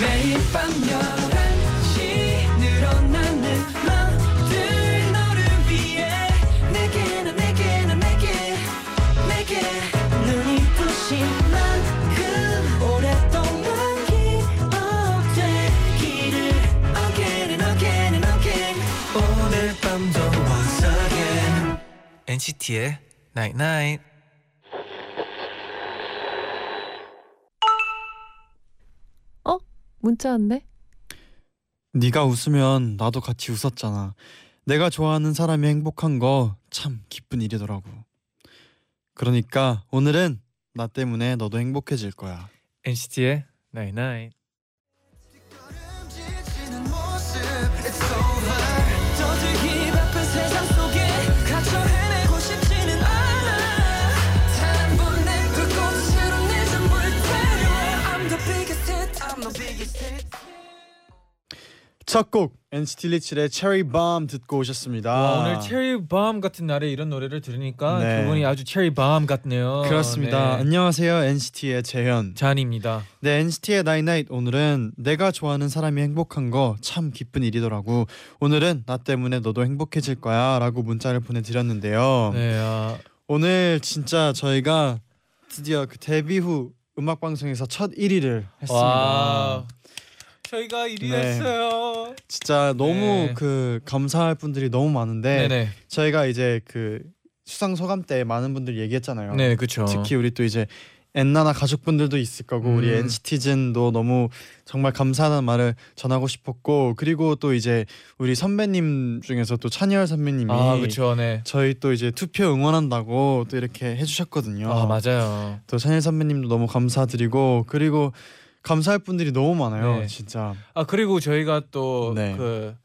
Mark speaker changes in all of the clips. Speaker 1: 매일 밤 11시 늘어나는 맘들 너를 위해 내게 난 내게 난 내게 내게 눈이 부신 만큼 오랫동안 기억되기를 Again and again and again 오늘 밤도 once again
Speaker 2: NCT의 Night Night.
Speaker 3: 어? 문자 왔네?
Speaker 4: 네가 웃으면 나도 같이 웃었잖아. 내가 좋아하는 사람이 행복한 거 참 기쁜 일이더라고. 그러니까 오늘은 나 때문에 너도 행복해질 거야.
Speaker 2: NCT의 Night Night.
Speaker 1: 지는 모습 It's over 떠들기 바쁜 세상 속에 갇혀 헤매고 싶지는 않아 단번 내 불꽃으로 내 잠을 때려 I'm the biggest hit I'm the biggest hit
Speaker 4: 첫 곡 NCT 127의 체리 밤 듣고 오셨습니다.
Speaker 2: 와, 아, 오늘 체리 밤 같은 날에 이런 노래를 들으니까
Speaker 4: 아. 네.
Speaker 2: 기분이 아주 체리 밤 같네요.
Speaker 4: 어, 그렇습니다.
Speaker 2: 네.
Speaker 4: 안녕하세요. NCT의 재현.
Speaker 2: 잔입니다.
Speaker 4: 네, NCT의 나잇나잇 오늘은 내가 좋아하는 사람이 행복한 거 참 기쁜 일이더라고. 오늘은 나 때문에 너도 행복해질 거야라고 문자를 보내 드렸는데요.
Speaker 2: 네, 아,
Speaker 4: 오늘 진짜 저희가 드디어 그 데뷔 후 음악 방송에서 첫 1위를 했습니다.
Speaker 2: 와, 저희가 1위
Speaker 4: 네.
Speaker 2: 했어요.
Speaker 4: 진짜 너무
Speaker 2: 네.
Speaker 4: 그 감사할 분들이 너무 많은데
Speaker 2: 네, 네,
Speaker 4: 저희가 이제 그 수상 소감 때 많은 분들 얘기했잖아요.
Speaker 2: 네, 그렇죠.
Speaker 4: 어. 특히 우리 또 이제 엔나나 가족분들도 있을 거고 우리
Speaker 2: 음.
Speaker 4: NCT즌도 너무 정말 감사하다는 말을 전하고 싶었고 그리고 또 이제 우리 선배님 중에서 또 찬열 선배님이
Speaker 2: 아, 그렇죠, 네.
Speaker 4: 저희 또 이제 투표 응원한다고 또 이렇게 해주셨거든요.
Speaker 2: 아, 맞아요.
Speaker 4: 또 찬일 선배님도 너무 감사드리고 그리고 감사할 분들이 너무 많아요
Speaker 2: 네.
Speaker 4: 진짜
Speaker 2: 아 그리고 저희가 또 그 그
Speaker 4: 네.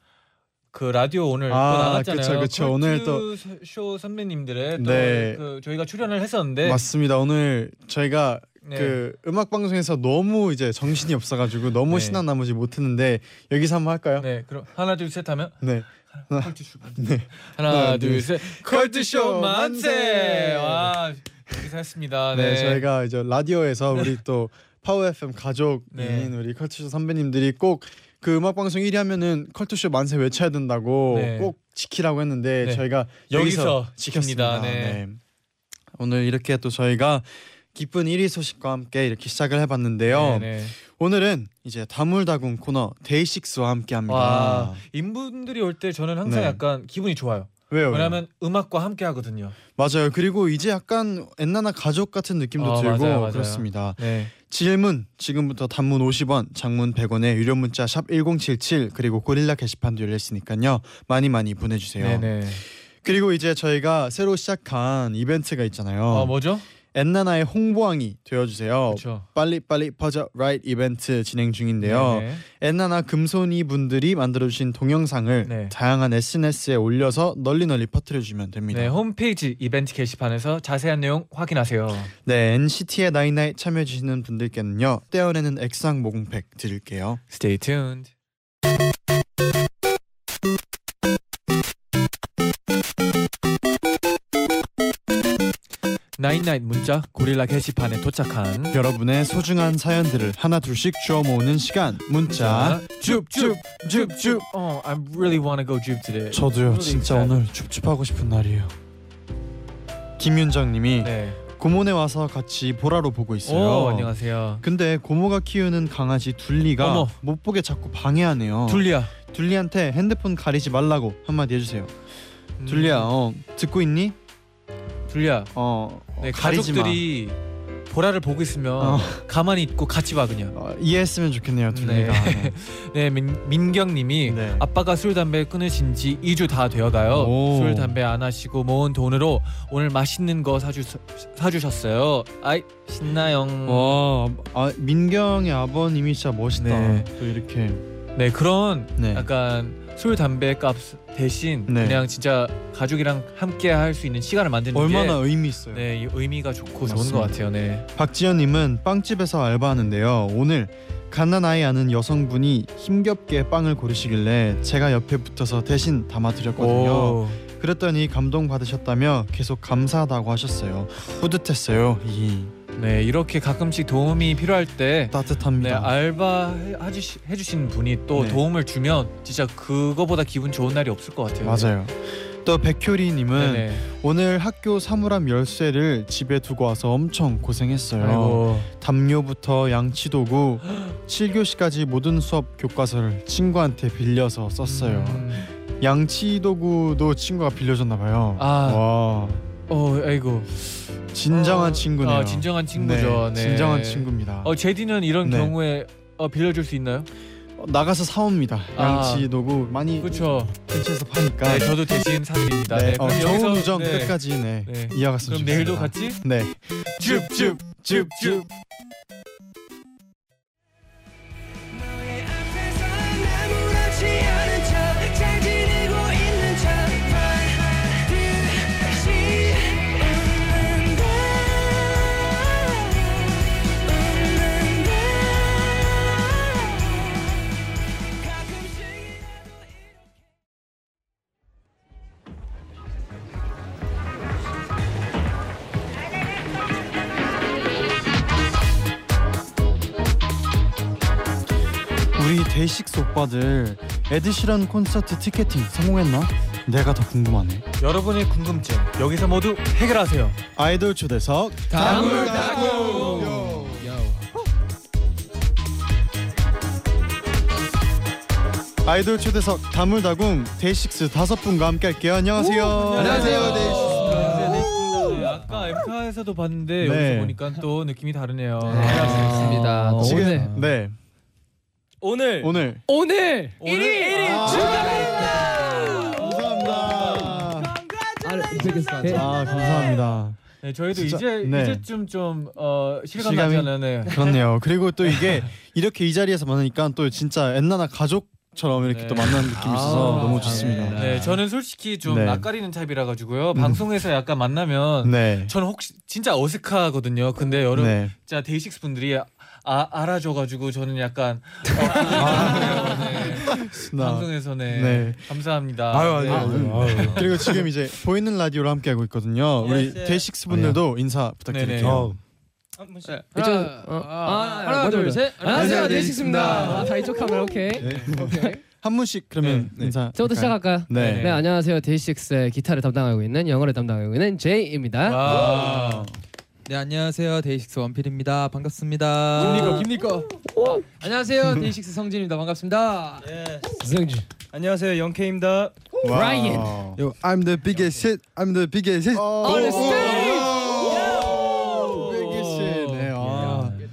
Speaker 2: 라디오 오늘
Speaker 4: 아,
Speaker 2: 또 나갔잖아요.
Speaker 4: 그쵸, 그쵸. 오늘 또-
Speaker 2: 컬투 쇼 선배님들의 또
Speaker 4: 네.
Speaker 2: 그 저희가 출연을 했었는데
Speaker 4: 맞습니다 오늘 저희가
Speaker 2: 네.
Speaker 4: 그 음악 방송에서 너무 이제 정신이 없어가지고 너무
Speaker 2: 네.
Speaker 4: 신난 나머지 못했는데 여기서 한번 할까요?
Speaker 2: 네, 그럼 하나 둘 셋 하면
Speaker 4: 네.
Speaker 2: 컬투쇼
Speaker 4: 네.
Speaker 2: 하나
Speaker 4: 하나,
Speaker 2: 둘
Speaker 4: 둘,
Speaker 2: 셋 컬투쇼
Speaker 4: 컬투쇼
Speaker 2: 만세
Speaker 4: 만세!
Speaker 2: 와 여기서 했습니다.
Speaker 4: 네,
Speaker 2: 네,
Speaker 4: 저희가 이제 라디오에서 우리 또 파워 FM 가족인
Speaker 2: 네.
Speaker 4: 우리 컬투쇼 선배님들이 꼭 그 음악 방송 1위 하면은 컬투쇼 만세 외쳐야 된다고
Speaker 2: 네.
Speaker 4: 꼭 지키라고 했는데
Speaker 2: 네.
Speaker 4: 저희가
Speaker 2: 여기서
Speaker 4: 여기서,
Speaker 2: 지킵니다.
Speaker 4: 지켰습니다.
Speaker 2: 네.
Speaker 4: 오늘 이렇게 또 저희가 기쁜 1위 소식과 함께 이렇게 시작을
Speaker 2: 네,
Speaker 4: 해봤는데요.
Speaker 2: 네.
Speaker 4: 오늘은 이제 다물다궁 코너 데이식스와 함께합니다.
Speaker 2: 와 인분들이 올 때 저는 항상
Speaker 4: 음, 아. 네.
Speaker 2: 약간 기분이 좋아요.
Speaker 4: 왜요?
Speaker 2: 왜냐하면 음악과 함께 하거든요.
Speaker 4: 맞아요. 그리고 이제 약간 엔나나 가족 같은 느낌도
Speaker 2: 어,
Speaker 4: 들고
Speaker 2: 맞아요, 맞아요.
Speaker 4: 그렇습니다.
Speaker 2: 네,
Speaker 4: 질문 지금부터 단문 50원, 장문 100원에 유료 문자 샵 #1077 그리고 고릴라 게시판도 열려 있으니까요 많이 많이 보내주세요.
Speaker 2: 네, 네.
Speaker 4: 그리고 이제 저희가 새로 시작한 이벤트가 있잖아요.
Speaker 2: 아 뭐죠?
Speaker 4: 어. 엔나나의 홍보왕이 되어주세요.
Speaker 2: 그렇죠.
Speaker 4: 빨리 빨리 퍼져 라이트 이벤트 진행 중인데요.
Speaker 2: 네, 네.
Speaker 4: 엔나나 금손이 분들이 만들어주신 동영상을
Speaker 2: 네.
Speaker 4: 다양한 SNS에 올려서 널리 널리 퍼뜨려주면 됩니다.
Speaker 2: 네, 홈페이지 이벤트 게시판에서 자세한 내용 확인하세요.
Speaker 4: 네, NCT의 나이나이 참여해주시는 분들께는요 떼어내는 액상 모공팩 드릴게요.
Speaker 2: Stay tuned. 나잇나잇 문자 고릴라 게시판에 도착한
Speaker 4: 여러분의 소중한 사연들을 하나 둘씩 주워 모으는 시간 문자
Speaker 2: 줍줍줍줍 Oh, I really wanna go 줍 today.
Speaker 4: 저도요
Speaker 2: really
Speaker 4: 진짜
Speaker 2: excited.
Speaker 4: 오늘 춥춥하고 싶은 날이에요 김윤정님이
Speaker 2: 네.
Speaker 4: 고모네 와서 같이 보라로 보고 있어요
Speaker 2: 오, 안녕하세요.
Speaker 4: 근데 고모가 키우는 강아지 둘리가
Speaker 2: 어머.
Speaker 4: 못 보게 자꾸 방해하네요
Speaker 2: 둘리야.
Speaker 4: 둘리한테 핸드폰 가리지 말라고 한마디 해주세요
Speaker 2: 음,
Speaker 4: 둘리야 어, 듣고 있니?
Speaker 2: 둘리야.
Speaker 4: 어, 어,
Speaker 2: 네,
Speaker 4: 가리지 마.
Speaker 2: 가족들이 보라를 보고 있으면
Speaker 4: 어,
Speaker 2: 가만히 있고 같이 봐 그냥.
Speaker 4: 어, 이해했으면 좋겠네요 둘리가
Speaker 2: 네. 네, 민, 민경님이
Speaker 4: 네.
Speaker 2: 아빠가 술 담배 끊으신 지 2주 다 되어가요.
Speaker 4: 오.
Speaker 2: 술 담배 안 하시고 모은 돈으로 오늘 맛있는 거 사주 사주셨어요. 아이 신나요.
Speaker 4: 와, 아, 민경의 아버님이 진짜 멋있다.
Speaker 2: 음. 네.
Speaker 4: 또 이렇게.
Speaker 2: 네 그런
Speaker 4: 네.
Speaker 2: 약간 술 담배 값 대신
Speaker 4: 네.
Speaker 2: 그냥 진짜 가족이랑 함께 할 수 있는 시간을 만드는
Speaker 4: 얼마나
Speaker 2: 게
Speaker 4: 의미 있어요.
Speaker 2: 네, 이 의미가 좋고 좋은
Speaker 4: 맞습니다.
Speaker 2: 것 같아요. 네.
Speaker 4: 박지현님은 빵집에서 알바하는데요. 오늘 갓난아이 아는 여성분이 힘겹게 빵을 고르시길래 제가 옆에 붙어서 대신 담아드렸거든요.
Speaker 2: 오.
Speaker 4: 그랬더니 감동 받으셨다며 계속 감사하다고 하셨어요. 뿌듯했어요. 이.
Speaker 2: 네 이렇게 가끔씩 도움이 필요할 때 네,
Speaker 4: 따뜻합니다.
Speaker 2: 알바 해- 하주시- 해주신 분이 또
Speaker 4: 네.
Speaker 2: 도움을 주면 진짜 그거보다 기분 좋은 날이 없을 것 같아요.
Speaker 4: 맞아요. 또 백효리님은
Speaker 2: 네네.
Speaker 4: 오늘 학교 사물함 열쇠를 집에 두고 와서 엄청 고생했어요.
Speaker 2: 아이고
Speaker 4: 담요부터 양치 도구, 7교시까지 모든 수업 교과서를 친구한테 빌려서 썼어요.
Speaker 2: 음.
Speaker 4: 양치 도구도 친구가 빌려줬나 봐요.
Speaker 2: 아.
Speaker 4: 와,
Speaker 2: 어 아이고
Speaker 4: 진정한
Speaker 2: 어,
Speaker 4: 친구네요.
Speaker 2: 아, 진정한 친구죠. 네.
Speaker 4: 진정한 친구입니다.
Speaker 2: 어 제디는 이런
Speaker 4: 네.
Speaker 2: 경우에 어, 빌려줄 수 있나요?
Speaker 4: 어, 나가서 사옵니다.
Speaker 2: 아.
Speaker 4: 양치 도구 많이
Speaker 2: 그렇죠.
Speaker 4: 근처에서 파니까.
Speaker 2: 네, 저도 대신 사드립니다.
Speaker 4: 아. 네,
Speaker 2: 네,
Speaker 4: 어,
Speaker 2: 그럼 여기서-
Speaker 4: 좋은 우정
Speaker 2: 네.
Speaker 4: 끝까지 네,
Speaker 2: 네. 그럼
Speaker 4: 이어갔으면 좋겠습니다.
Speaker 2: 내일도 같이
Speaker 4: 네.
Speaker 2: 줍줍줍줍.
Speaker 1: 너의 앞에서 아무렇지 않은 척 잘 지내고 있는 척 반드시 웃는다 웃는다 가끔씩이라도 이렇게
Speaker 4: 우리 데이식스 오빠들 에드시런 콘서트 티켓팅 성공했나? 내가 더 궁금하네.
Speaker 2: 여러분의 궁금증 여기서 모두 해결하세요.
Speaker 4: 아이돌 초대석
Speaker 2: 다물다구.
Speaker 4: 아이돌 초대석 다물다궁 데이식스 다섯 분과 함께 할게요. 어, 안녕하세요. 네.
Speaker 2: 안녕하세요,
Speaker 4: 데이식스입니다.
Speaker 2: 네, 아까 엠카에서 봤는데
Speaker 4: 네.
Speaker 2: 여기서 보니까 또 느낌이 다르네요.
Speaker 5: 아, 그렇습니다.
Speaker 2: 아,
Speaker 4: 지금
Speaker 2: 오늘
Speaker 4: 네
Speaker 5: 오늘
Speaker 4: 오늘
Speaker 5: 오늘
Speaker 2: 오늘 1위
Speaker 4: 아, 감사합니다. 아 감사합니다.
Speaker 2: 네, 저희도
Speaker 4: 진짜,
Speaker 2: 이제
Speaker 4: 네.
Speaker 2: 이제쯤 좀 어, 실감
Speaker 4: 실감이-
Speaker 2: 나잖아요. 네.
Speaker 4: 그렇네요. 그리고 또 이게 이렇게 이 자리에서 만나니까 또 진짜 엔나나 가족처럼 이렇게
Speaker 2: 네.
Speaker 4: 또 만나는 느낌이 있어서
Speaker 2: 아,
Speaker 4: 너무 좋습니다.
Speaker 5: 네.
Speaker 2: 네, 저는 솔직히 좀
Speaker 4: 네. 음.
Speaker 2: 낯가리는 타입이라 가지고요. 방송에서 약간 만나면
Speaker 4: 네.
Speaker 2: 저는 혹시 진짜 어색하거든요. 근데 여러
Speaker 4: 네.
Speaker 2: 진짜 데이식스 분들이 아, 알아줘가지고 저는 약간 어, 네,
Speaker 4: 나-
Speaker 2: 방송에서네
Speaker 4: 아, 네.
Speaker 2: 감사합니다.
Speaker 4: 아유, 아유,
Speaker 2: 네.
Speaker 4: 아유, 그리고 지금 이제 보이는 라디오로 함께 하고 있거든요. 우리 데이식스 분들도 인사 부탁드릴게요.
Speaker 2: 네네.
Speaker 6: 아,
Speaker 5: 하나,
Speaker 3: 어,
Speaker 5: 하나, 둘, 셋. 데이식스입니다.
Speaker 6: 안녕하세요, 데이식스입니다. 아, 다 이쪽 카메라 오케이.
Speaker 4: 네. 한 분씩 그러면 인사.
Speaker 6: 저부터 시작할까요?
Speaker 4: 네.
Speaker 6: 네, 안녕하세요. 데이식스의 기타를 담당하고 있는 영어를 담당하고 있는
Speaker 2: 아.
Speaker 6: 제이입니다.
Speaker 2: 와.
Speaker 5: 아, 네 안녕하세요 데이식스 원필입니다 반갑습니다.
Speaker 6: 김니꺼.
Speaker 5: 안녕하세요 데이식스 성진입니다 반갑습니다.
Speaker 6: 기성주.
Speaker 5: 안녕하세요 영케입니다.
Speaker 4: 와우.
Speaker 6: Ryan.
Speaker 7: Yo, I'm the biggest shit. I'm the biggest shit.
Speaker 4: 오,
Speaker 6: the stage!
Speaker 4: 오, 오, 어. biggest shit. 네. 아.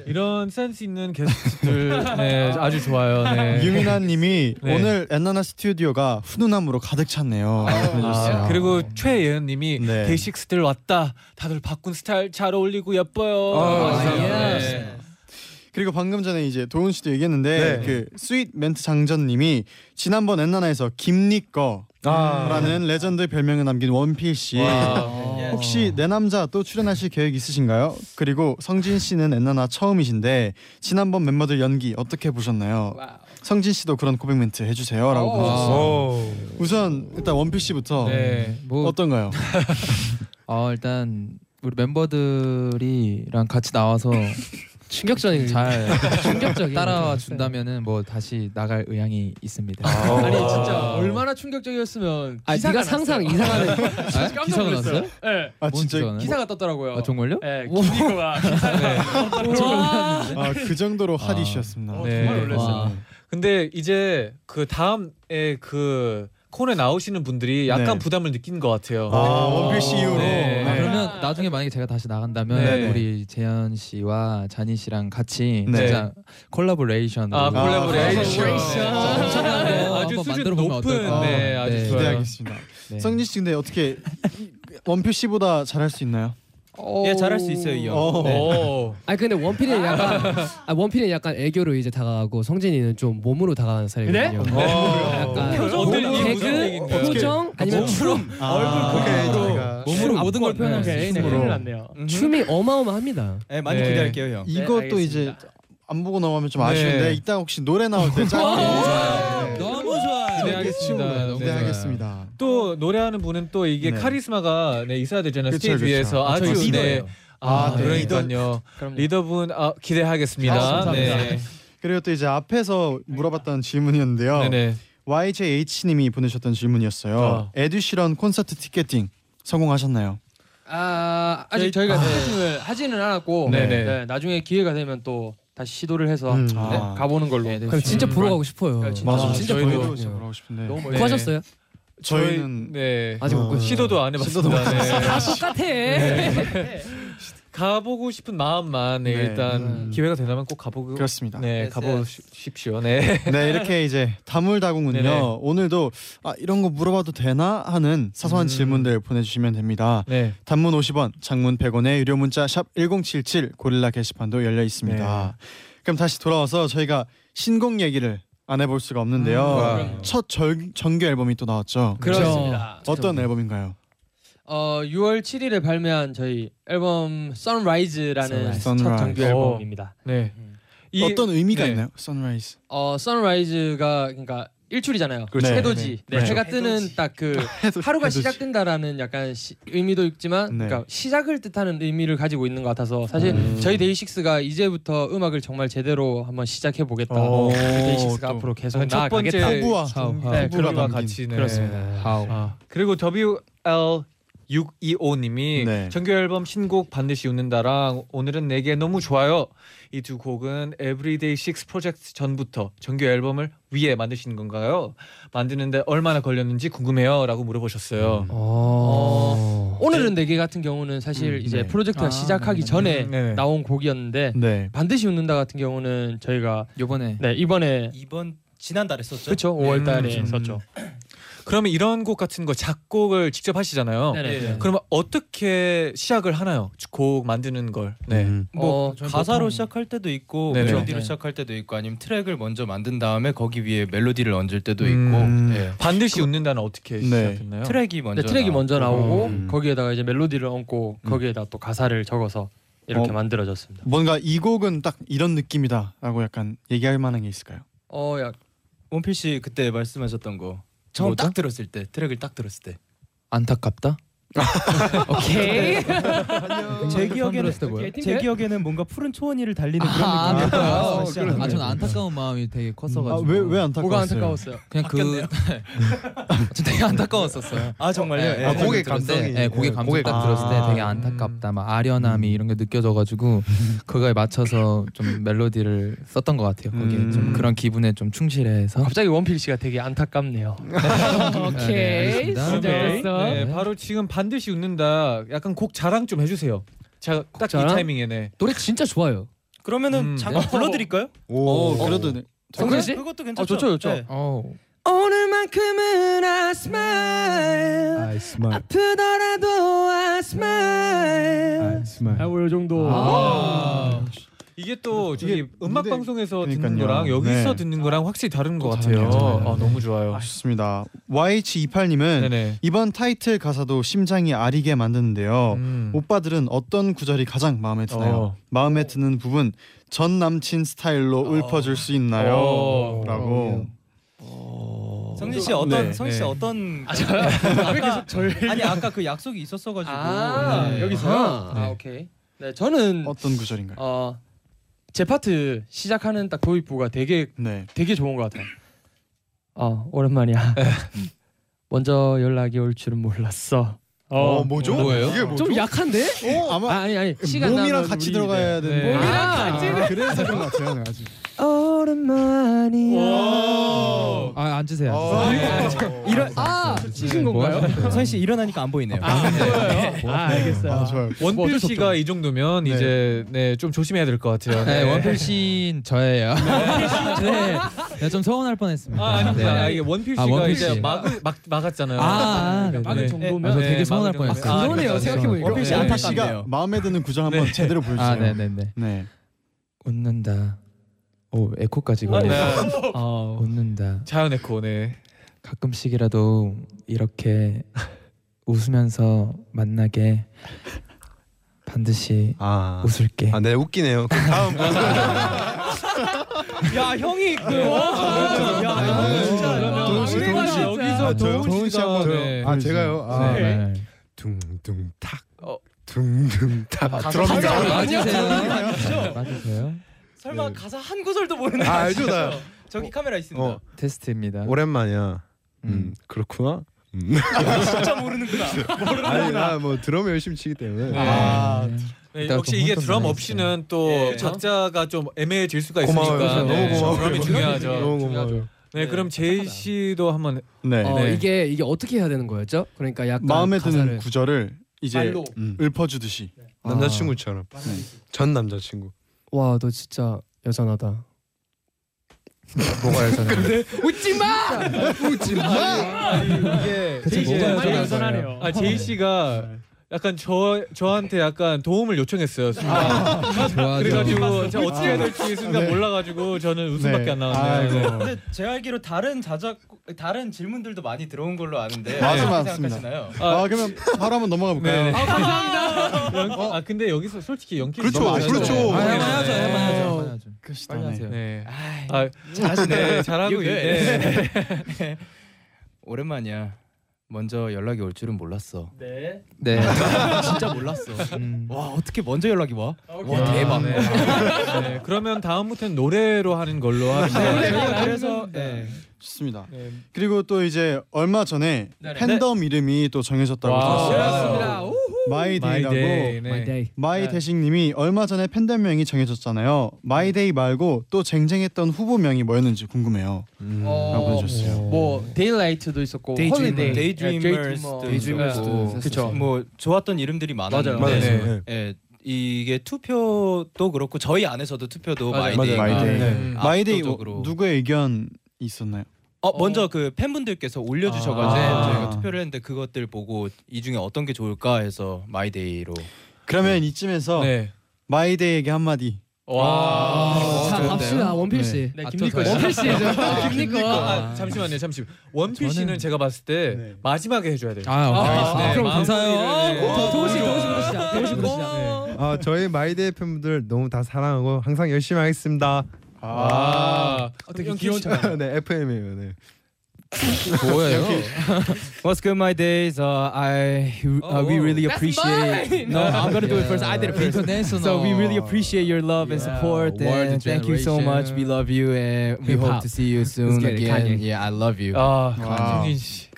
Speaker 2: 이런 센스 있는 게스트들 네, 아주 좋아요. 네.
Speaker 4: 유민아님이
Speaker 2: 네.
Speaker 4: 오늘 엔나나 스튜디오가 훈훈함으로 가득 찼네요. 보내주셨어요.
Speaker 2: 아, 그리고 최예은님이
Speaker 4: 네.
Speaker 2: 데이식스들 왔다. 다들 바꾼 스타일 잘 어울리고 예뻐요. 아,
Speaker 6: 감사합니다.
Speaker 2: 네.
Speaker 4: 그리고 방금 전에 이제 도훈 씨도 얘기했는데
Speaker 7: 네.
Speaker 4: 그 스윗 멘트 장전님이 지난번 엔나나에서 김니꺼라는 레전드 별명을 남긴 원필 씨.
Speaker 2: 네.
Speaker 4: 혹시 내 남자 또 출연하실 계획 있으신가요? 그리고 성진 씨는 엔나나 처음이신데 지난번 멤버들 연기 어떻게 보셨나요? 성진 씨도 그런 고백 멘트 해주세요라고
Speaker 5: 오.
Speaker 4: 보내주셨어요. 우선 일단 원필 씨부터
Speaker 2: 네.
Speaker 5: 뭐
Speaker 4: 어떤가요?
Speaker 5: 어, 일단 우리 멤버들이랑 같이 나와서
Speaker 6: 충격적인.
Speaker 4: 네,
Speaker 5: 잘
Speaker 6: 충격적인. 네.
Speaker 5: 따라와 준다면은 뭐 다시 나갈 의향이 있습니다.
Speaker 7: 아니,
Speaker 2: 어. 진짜
Speaker 8: 얼마나 충격적이었으면
Speaker 6: 아,
Speaker 8: 기사가
Speaker 6: 네가 상상 이상한
Speaker 8: 깜짝
Speaker 5: 기사가
Speaker 8: 놀랐어요.
Speaker 5: 났어요?
Speaker 8: 예.
Speaker 5: 뭔
Speaker 4: 아
Speaker 5: 기사가
Speaker 4: 진짜
Speaker 5: 나요?
Speaker 8: 기사가 떴더라고요.
Speaker 5: 아, 정말요?
Speaker 8: 예, 김이거가
Speaker 2: 네.
Speaker 8: 기사가
Speaker 4: 아, 그 정도로 핫
Speaker 5: 아.
Speaker 4: 이슈였습니다. 아,
Speaker 8: 어,
Speaker 2: 네.
Speaker 8: 정말 놀랐어요.
Speaker 6: 와.
Speaker 2: 근데 이제 그 다음에 그 코너에 나오시는 분들이 약간
Speaker 4: 네.
Speaker 2: 부담을 느낀 것 같아요.
Speaker 4: 아 원필 씨 이후로
Speaker 2: 네.
Speaker 5: 아,
Speaker 4: 네.
Speaker 5: 그러면 나중에 만약에 제가 다시 나간다면
Speaker 2: 네네.
Speaker 5: 우리 재현 씨와 자니 씨랑 같이
Speaker 4: 네.
Speaker 5: 진짜 콜라보레이션으로
Speaker 2: 아 콜라보레이션
Speaker 4: 콜라보레이션.
Speaker 2: 네,
Speaker 5: 엄청난
Speaker 2: 네,
Speaker 5: 거
Speaker 2: 아주
Speaker 5: 한번
Speaker 2: 수준
Speaker 5: 만들어 보면
Speaker 2: 높은
Speaker 5: 어떨까?
Speaker 2: 네, 아주
Speaker 5: 네.
Speaker 2: 좋아요.
Speaker 4: 기대하겠습니다.
Speaker 5: 네.
Speaker 4: 성진 씨 근데 어떻게 원필 씨보다 잘할 수 있나요?
Speaker 5: 예 잘할 수 있어요 이 형.
Speaker 4: 어.
Speaker 2: 오.
Speaker 6: 아 근데 원필이는 약간 아 원필이는 약간 애교로 이제 다가가고 성진이는 좀 몸으로 다가가는 스타일이거든요.
Speaker 4: 네?
Speaker 6: 약간
Speaker 2: 표정? 어떤 얘기, 무슨
Speaker 6: 개그,
Speaker 2: 얘기인가요?
Speaker 4: 그렇죠.
Speaker 8: 어,
Speaker 6: 표정 아니면 추름,
Speaker 4: 아,
Speaker 8: 얼굴
Speaker 4: 오케이,
Speaker 8: 크기도.
Speaker 4: 제가
Speaker 5: 몸으로 모든 걸 표현할 수
Speaker 8: 났어요.
Speaker 5: 있는
Speaker 4: 힘으로.
Speaker 8: 큰일 났네요.
Speaker 6: 춤이 어마어마합니다.
Speaker 2: 많이
Speaker 5: 네.
Speaker 2: 기대할게요.
Speaker 4: 이것도 이제 안 보고 넘어가면 좀 아쉬운데
Speaker 2: 네.
Speaker 4: 이따 혹시 노래 나올 때 짧게
Speaker 5: 너무 좋아요.
Speaker 2: 기대하겠습니다. 너무 좋아요.
Speaker 4: 기대하겠습니다.
Speaker 2: 또 노래하는 분은 또 이게
Speaker 4: 네.
Speaker 2: 카리스마가 네, 있어야 되잖아요.
Speaker 4: 그쵸,
Speaker 2: 스테이지
Speaker 4: 그쵸.
Speaker 2: 위에서
Speaker 4: 아,
Speaker 2: 아주
Speaker 4: 저희
Speaker 2: 네,
Speaker 4: 리더예요.
Speaker 2: 아, 네.
Speaker 4: 아, 네.
Speaker 2: 그러니까요. 리더분 아, 기대하겠습니다.
Speaker 4: 아, 감사합니다.
Speaker 2: 네.
Speaker 4: 그리고 또 이제 앞에서 물어봤던 질문이었는데요.
Speaker 2: 네네.
Speaker 4: YJH님이 보내셨던 질문이었어요.
Speaker 2: 어.
Speaker 4: 에듀시런 콘서트 티켓팅 성공하셨나요?
Speaker 8: 아 아직 저희가 세팅을 하지는 않았고
Speaker 2: 네네.
Speaker 8: 네. 나중에 기회가 되면 또 다시 시도를 해서
Speaker 4: 음.
Speaker 8: 네,
Speaker 4: 아.
Speaker 8: 가보는 걸로.
Speaker 5: 네,
Speaker 6: 그럼 음. 진짜 보러 가고 싶어요.
Speaker 8: 네, 진짜. 네.
Speaker 4: 맞아,
Speaker 8: 아,
Speaker 4: 진짜
Speaker 2: 저희도
Speaker 4: 보여드리고 진짜 보라고 싶은데 네.
Speaker 8: 너무 멀리.
Speaker 6: 구하셨어요?
Speaker 4: 저희는
Speaker 2: 네.
Speaker 6: 아직 못
Speaker 4: 어.
Speaker 6: 구했어요.
Speaker 2: 시도도 안 해봤습니다.
Speaker 4: 시도도 안
Speaker 2: 네.
Speaker 6: 똑같아.
Speaker 2: 가보고 싶은 마음만 네,
Speaker 4: 네.
Speaker 2: 일단
Speaker 4: 음.
Speaker 2: 기회가 되면 꼭 가보고
Speaker 4: 그렇습니다. 네.
Speaker 2: 네
Speaker 8: Yes,
Speaker 2: 가보십시오. 네.
Speaker 4: 이렇게 이제 다물다궁은요
Speaker 2: 네네.
Speaker 4: 오늘도 아 이런 거 물어봐도 되나 하는 사소한
Speaker 2: 음.
Speaker 4: 질문들 보내주시면 됩니다.
Speaker 2: 네.
Speaker 4: 단문 50원, 장문 100원의 유료 문자 샵 #1077 고릴라 게시판도 열려 있습니다. 그럼 다시 돌아와서 저희가 신곡 얘기를 안 해볼 수가 없는데요.
Speaker 8: 와.
Speaker 4: 첫 절, 정규 앨범이 또 나왔죠.
Speaker 8: 그렇습니다.
Speaker 4: 어떤 앨범인가요?
Speaker 8: 어 6월 7일에 발매한 저희 앨범 Sunrise라는 첫
Speaker 4: Sunrise.
Speaker 8: 정규
Speaker 2: 오.
Speaker 8: 앨범입니다.
Speaker 2: 네. 이-
Speaker 4: 어떤 의미가
Speaker 2: 네.
Speaker 4: 있나요? Sunrise.
Speaker 8: 어 Sunrise가 그러니까 일출이잖아요.
Speaker 4: 그렇죠. 네.
Speaker 8: 해돋이.
Speaker 4: 네.
Speaker 8: 해가 뜨는 딱 그 하루가 시작된다라는 약간 시- 의미도 있지만
Speaker 4: 네.
Speaker 8: 그러니까 시작을 뜻하는 의미를 가지고 있는 것 같아서 사실
Speaker 2: 네. 음.
Speaker 8: 저희 데이식스가 이제부터 음악을 정말 제대로 한번 시작해 보겠다.
Speaker 4: 오,
Speaker 8: 데이식스가
Speaker 4: 또.
Speaker 8: 앞으로 계속
Speaker 2: 약간 어. 첫 번째
Speaker 8: 나아가겠다.
Speaker 4: 후보와
Speaker 2: 네, 그와
Speaker 4: 후보가 담긴.
Speaker 2: 같이 네.
Speaker 5: 그렇습니다. 하우.
Speaker 2: 아, 그리고 WL 625님이
Speaker 4: 네.
Speaker 2: 정규 앨범 신곡 반드시 웃는다랑 오늘은 내게 너무 좋아요 이 두 곡은 Everyday Six 프로젝트 전부터 정규 앨범을 위해 만드신 건가요? 만드는데 얼마나 걸렸는지 궁금해요라고 물어보셨어요.
Speaker 6: 어.
Speaker 8: 오늘은 내게 같은 경우는 사실
Speaker 4: 음,
Speaker 8: 이제
Speaker 4: 네.
Speaker 8: 프로젝트가
Speaker 5: 아,
Speaker 8: 시작하기
Speaker 5: 네.
Speaker 8: 전에
Speaker 2: 음, 네.
Speaker 8: 나온 곡이었는데
Speaker 4: 네.
Speaker 8: 반드시 웃는다 같은 경우는 저희가
Speaker 5: 요번에
Speaker 8: 네 이번에
Speaker 9: 이번 지난달에 썼죠.
Speaker 8: 그렇죠 5월달에
Speaker 2: 음.
Speaker 8: 썼죠.
Speaker 2: 그러면 이런 곡 같은 거 작곡을 직접 하시잖아요.
Speaker 8: 네네.
Speaker 9: 네.
Speaker 2: 어, 그러면 어떻게 시작을 하나요? 곡 만드는 걸. 네.
Speaker 4: 음.
Speaker 9: 뭐
Speaker 8: 어,
Speaker 9: 가사로 시작할 때도 있고
Speaker 2: 네네.
Speaker 9: 멜로디로
Speaker 5: 네.
Speaker 9: 시작할 때도 있고 아니면 트랙을 먼저 만든 다음에 거기 위에 멜로디를 얹을 때도
Speaker 2: 음.
Speaker 9: 있고 예.
Speaker 2: 반드시 웃는다는 어떻게
Speaker 4: 네.
Speaker 2: 시작했나요?
Speaker 9: 트랙이 먼저
Speaker 8: 네, 트랙이
Speaker 9: 나오고.
Speaker 8: 먼저 나오고
Speaker 4: 음.
Speaker 8: 거기에다가 이제 멜로디를 얹고
Speaker 4: 음.
Speaker 8: 거기에다 또 가사를 적어서 이렇게
Speaker 4: 어.
Speaker 8: 만들어졌습니다.
Speaker 4: 뭔가 이 곡은 딱 이런 느낌이다라고 약간 얘기할 만한 게 있을까요?
Speaker 8: 어, 야,
Speaker 9: 원필 씨 그때 말씀하셨던 거 처음
Speaker 5: 뭐죠?
Speaker 9: 딱 들었을 때 트랙을 딱 들었을 때 제
Speaker 5: 안타깝다.
Speaker 6: 오케이.
Speaker 5: 처음 들었을 때 뭐예요?
Speaker 9: 기억에는 뭔가 푸른 초원이를 달리는
Speaker 5: 아,
Speaker 9: 아,
Speaker 5: 아, 저는 안타까운 마음이 되게 컸어가지고.
Speaker 4: 아왜왜 안타까웠어요?
Speaker 8: 뭐가 안타까웠어요?
Speaker 5: 그냥 그. 저 되게 안타까웠었어요.
Speaker 9: 아 정말요?
Speaker 5: 네,
Speaker 9: 예.
Speaker 4: 아, 곡의
Speaker 5: 들었을 때,
Speaker 4: 감성이.
Speaker 5: 네, 곡의
Speaker 4: 네,
Speaker 5: 감성
Speaker 4: 곡의
Speaker 5: 딱
Speaker 4: 감-
Speaker 5: 들었을 때 되게
Speaker 4: 아.
Speaker 5: 안타깝다, 막 아련함이 이런 게 느껴져가지고 그거에 맞춰서 좀 멜로디를 썼던 것 같아요. 거기에
Speaker 4: 음.
Speaker 5: 좀 그런 기분에 좀 충실해서.
Speaker 8: 갑자기 원필 씨가 되게 안타깝네요.
Speaker 5: 오케이.
Speaker 2: 네. 네, 바로 지금 반드시 웃는다. 약간 곡 자랑 좀 해주세요. 자, 딱 이
Speaker 6: 자랑?
Speaker 2: 타이밍에 네.
Speaker 6: 노래 진짜 좋아요.
Speaker 9: 그러면은
Speaker 2: 음,
Speaker 9: 잠깐
Speaker 2: 네.
Speaker 9: 불러드릴까요?
Speaker 8: 어,
Speaker 4: 오, 그래도 네.
Speaker 6: 성진 씨?
Speaker 9: 그것도 괜찮죠?
Speaker 8: 아, 좋죠, 좋죠.
Speaker 9: 예.
Speaker 5: 어,
Speaker 1: 오늘만큼은 I smile
Speaker 7: 아이 스마일
Speaker 1: 아프더라도 I smile
Speaker 7: 아이 스마일
Speaker 8: 요 정도.
Speaker 2: 아. 이게 또 저기
Speaker 4: 이게
Speaker 2: 음악
Speaker 4: 무대-
Speaker 2: 방송에서 듣는
Speaker 4: 그러니까요.
Speaker 2: 거랑 여기서
Speaker 4: 네.
Speaker 2: 듣는 거랑 확실히 다른 것
Speaker 4: 또
Speaker 2: 같아요.
Speaker 4: 다르네요.
Speaker 2: 아, 너무 좋아요.
Speaker 4: 좋습니다. YH28님은
Speaker 2: 네네.
Speaker 4: 이번 타이틀 가사도 심장이 아리게 만드는데요.
Speaker 2: 음.
Speaker 4: 오빠들은 어떤 구절이 가장 마음에 드나요?
Speaker 2: 어.
Speaker 4: 마음에 드는 부분 전 남친 스타일로 읊어줄 수 있나요?
Speaker 2: 어.
Speaker 4: 라고
Speaker 9: 성진 씨 어떤
Speaker 4: 네,
Speaker 9: 성진 씨
Speaker 2: 네.
Speaker 9: 어떤
Speaker 8: 아, 저요? 왜 계속 저를
Speaker 9: 아니 아까 그 약속이 있었어가지고
Speaker 8: 아,
Speaker 9: 네.
Speaker 8: 여기서요? 아, 오케이. 네, 저는
Speaker 4: 어떤 구절인가요?
Speaker 8: 어, 제 파트 시작하는 딱 도입부가 되게
Speaker 4: 네.
Speaker 8: 되게 좋은 것 같아요. 어, 오랜만이야. 먼저 연락이 올 줄은 몰랐어.
Speaker 4: 어, 뭐죠?
Speaker 5: 뭐예요?
Speaker 4: 이게 뭐죠?
Speaker 6: 좀 약한데?
Speaker 4: 어, 아마
Speaker 8: 아, 아니 아니 시간
Speaker 4: 몸이랑
Speaker 8: 나면
Speaker 4: 같이
Speaker 8: 우리
Speaker 4: 들어가야
Speaker 8: 이제-
Speaker 4: 되는데.
Speaker 8: 네.
Speaker 6: 몸이랑
Speaker 8: 아,
Speaker 6: 같이
Speaker 4: 아, 그래서 그런 것 같아요. 아직.
Speaker 8: 어, 오랜만이야.
Speaker 5: 아 앉으세요.
Speaker 4: 어.
Speaker 5: 앉으세요.
Speaker 9: 이런
Speaker 6: 아,
Speaker 5: 네.
Speaker 6: 치신 건가요?
Speaker 9: 성진 씨 일어나니까 안 보이네요.
Speaker 8: 아, 알겠어요.
Speaker 4: 아, 좋아요.
Speaker 2: 원필 씨가 이 정도면
Speaker 4: 네.
Speaker 2: 이제 네, 좀 조심해야 될 것 같아요.
Speaker 5: 네, 원필 씨 저예요. 네, 네, 좀 서운할 뻔했습니다.
Speaker 2: 아, 아닙니다. 아,
Speaker 5: 네.
Speaker 2: 이게 원필
Speaker 5: 아,
Speaker 2: 씨가
Speaker 5: 원필
Speaker 2: 이제
Speaker 5: 씨.
Speaker 2: 막, 막 막았잖아요.
Speaker 5: 아, 아, 네,
Speaker 2: 막을
Speaker 5: 네.
Speaker 2: 정도면
Speaker 5: 아, 저
Speaker 2: 네,
Speaker 5: 되게 서운할
Speaker 2: 막을
Speaker 5: 뻔했어요.
Speaker 2: 정도면.
Speaker 6: 그러네요, 생각해보니까.
Speaker 4: 원필 씨
Speaker 9: 네.
Speaker 4: 원필 씨가
Speaker 9: 안타깝네요.
Speaker 4: 마음에 드는 구절 한번 제대로 보여주세요.
Speaker 5: 아, 네, 네, 네.
Speaker 4: 네.
Speaker 5: 웃는다. 오, 에코까지
Speaker 2: 아,
Speaker 5: 걸려.
Speaker 2: 네.
Speaker 5: 어, 웃는다.
Speaker 2: 자연 에코 네.
Speaker 5: 가끔씩이라도 이렇게 웃으면서 만나게 반드시
Speaker 7: 아,
Speaker 5: 웃을게.
Speaker 7: 아, 네 웃기네요. 그 다음
Speaker 9: 야 형이 그
Speaker 2: 아,
Speaker 4: 아,
Speaker 2: 그렇죠. 진짜 그러면
Speaker 4: 도훈 씨,
Speaker 2: 원필
Speaker 4: 도훈
Speaker 2: 네. 씨
Speaker 4: 씨.
Speaker 2: 여기서
Speaker 4: 아, 저-
Speaker 2: 도훈
Speaker 7: 도훈 씨
Speaker 2: 씨가
Speaker 7: 한번
Speaker 2: 네.
Speaker 7: 아 제가요. 아,
Speaker 5: 네.
Speaker 7: 둥둥 탁.
Speaker 2: 어,
Speaker 7: 둥둥 다
Speaker 4: 아,
Speaker 5: 가사
Speaker 7: 드럼이다.
Speaker 5: 맞으세요? 맞으세요?
Speaker 10: 설마
Speaker 7: 네.
Speaker 10: 가사 한 구절도 모르는
Speaker 7: 아,
Speaker 10: 아시죠?
Speaker 7: 알죠, 나.
Speaker 10: 저기 카메라 있습니다.
Speaker 7: 어.
Speaker 5: 테스트입니다.
Speaker 7: 오랜만이야. 음
Speaker 5: 음.
Speaker 7: 그렇구나. 음.
Speaker 10: 진짜 모르는구나.
Speaker 7: 아니 나뭐 드럼 열심히 치기 때문에.
Speaker 10: 아,
Speaker 2: 네,
Speaker 5: 이따가
Speaker 2: 역시
Speaker 5: 또
Speaker 2: 이게
Speaker 5: 혼돈
Speaker 2: 드럼
Speaker 5: 나겠어요.
Speaker 2: 없이는 또
Speaker 10: 예.
Speaker 2: 작자가 좀 애매해질 수가
Speaker 7: 고마워요.
Speaker 2: 있으니까
Speaker 7: 너무 고마워요.
Speaker 2: 드럼이 어, 중요하죠.
Speaker 7: 너무 고마워요.
Speaker 2: 네, 그럼 제이 씨도 한번
Speaker 4: 네.
Speaker 8: 어,
Speaker 2: 네.
Speaker 8: 이게 이게 어떻게 해야 되는 거였죠? 그러니까 약간
Speaker 4: 마음에
Speaker 8: 가사를
Speaker 4: 드는 구절을 이제
Speaker 10: 말로.
Speaker 7: 음.
Speaker 4: 읊어주듯이
Speaker 7: 아.
Speaker 5: 네.
Speaker 7: 남자친구처럼. 전 남자친구.
Speaker 8: 와, 너 진짜 여전하다. 뭐가 여전해? 근데 웃지 마! 웃지 마!
Speaker 5: 대체
Speaker 2: 제이
Speaker 5: 뭐가
Speaker 2: 씨가
Speaker 5: 문제가 있어요?
Speaker 2: 아 제이 씨가 약간 저 저한테 약간 도움을 요청했어요. 순간.
Speaker 5: 좋아하죠.
Speaker 2: 그래가지고 제가 어떻게 해야 될지 순간 몰라가지고 저는 웃음밖에 안 나왔네요.
Speaker 4: 아이고.
Speaker 10: 근데 제가 알기로 다른 자작 다른 질문들도 많이 들어온 걸로 아는데
Speaker 4: 맞아,
Speaker 10: 어떻게
Speaker 4: 맞습니다.
Speaker 10: 생각하시나요?
Speaker 4: 아 그러면 바로 한번 넘어가 볼까요? 아,
Speaker 2: 네. 연- 아 근데 여기서 솔직히 연기
Speaker 7: 그렇죠,
Speaker 2: 너무 안
Speaker 7: 그렇죠.
Speaker 2: 했어요.
Speaker 5: 아,
Speaker 7: 네.
Speaker 5: 해봐야죠,
Speaker 2: 네.
Speaker 5: 해봐야죠, 해봐야죠. 빨리
Speaker 4: 네.
Speaker 5: 하세요.
Speaker 2: 네. 아, 잘하시네. 잘하고 있네.
Speaker 10: 오랜만이야. 먼저 연락이 올 줄은 몰랐어.
Speaker 5: 네.
Speaker 10: 진짜 몰랐어.
Speaker 5: 음.
Speaker 10: 와 어떻게 먼저 연락이 와? 와
Speaker 2: 아,
Speaker 10: 대박.
Speaker 2: 네. 네, 그러면 다음부터는 노래로 하는 걸로
Speaker 10: 네,
Speaker 2: 합시다.
Speaker 10: 저희가 그래서 네.
Speaker 4: 좋습니다. 그리고 또 이제 얼마 전에
Speaker 10: 네, 네.
Speaker 4: 팬덤 이름이 또 정해졌다고
Speaker 8: 아,
Speaker 2: 와우.
Speaker 4: 들었어요.
Speaker 2: 그렇습니다.
Speaker 4: 마이데이라고
Speaker 2: 네.
Speaker 5: 네.
Speaker 4: 네. 마이 대식님이 얼마 전에 팬덤명이 정해졌잖아요. 마이데이 말고 또 쟁쟁했던 후보명이 뭐였는지 궁금해요.
Speaker 2: 음,
Speaker 8: 음.
Speaker 4: 라고 보내주셨어요.
Speaker 11: 뭐 데일라이트도 있었고
Speaker 8: 데이드리머.
Speaker 10: 네,
Speaker 11: 홀리데이,
Speaker 8: 네,
Speaker 10: 데이드리머스도 있었고.
Speaker 11: 그쵸.
Speaker 10: 그렇죠.
Speaker 8: 그렇죠.
Speaker 10: 뭐 좋았던 이름들이 많았는데
Speaker 11: 맞아요.
Speaker 10: 네.
Speaker 7: 네.
Speaker 10: 예, 이게 투표도 그렇고 저희 안에서도 투표도
Speaker 11: 맞아요.
Speaker 10: 마이데이가
Speaker 4: 맞아요, 마이데이.
Speaker 10: 네.
Speaker 4: 마이데이 어,
Speaker 10: 압도적으로.
Speaker 4: 누구의 의견 있었나요?
Speaker 10: 어, 먼저 그 팬분들께서 올려주셔가지고
Speaker 4: 아.
Speaker 10: 저희가 투표를 했는데 그것들 보고 이 중에 어떤 게 좋을까 해서 마이데이로
Speaker 4: 그러면 이쯤에서
Speaker 2: 네.
Speaker 4: 마이데이에게 한마디.
Speaker 2: 와.
Speaker 8: 자, 갑시다. 원필씨.
Speaker 5: 네,
Speaker 11: 김니꺼
Speaker 5: 씨.
Speaker 8: 원필씨죠. 김니꺼.
Speaker 2: 아, 잠시만요, 잠시만. 원피
Speaker 5: 저는-
Speaker 2: 씨는 제가 봤을 때
Speaker 4: 네.
Speaker 2: 마지막에 해줘야 돼요.
Speaker 5: 아,
Speaker 2: 아,
Speaker 5: 오케이.
Speaker 2: 네,
Speaker 5: 네,
Speaker 2: 그럼
Speaker 5: 감사해요.
Speaker 2: 감사해요.
Speaker 5: 어,
Speaker 8: 도우씨, 도우씨 부르시자. 도우씨 부르시자.
Speaker 7: 아 저희 마이데이 팬분들 너무 다 사랑하고 항상 열심히 하겠습니다.
Speaker 2: 아,
Speaker 5: 어떻게
Speaker 2: 연기
Speaker 5: 귀여운
Speaker 2: 씨-
Speaker 7: 네 FM이에요. 네.
Speaker 5: 뭐예요?
Speaker 10: What's good, my days? Uh, I uh, we really appreciate. No, I'm gonna do it first. I did it first.
Speaker 5: 인터내셔널.
Speaker 10: So we really appreciate your love and
Speaker 5: Yeah.
Speaker 10: support,
Speaker 5: World
Speaker 10: and thank you so much. We
Speaker 5: generation.
Speaker 10: love you, and we
Speaker 5: Hip-hop.
Speaker 10: hope to see you soon
Speaker 8: get it,
Speaker 10: again.
Speaker 8: Kanye.
Speaker 10: Yeah, I love you.
Speaker 2: 아,
Speaker 4: 와우.
Speaker 2: 강진 씨.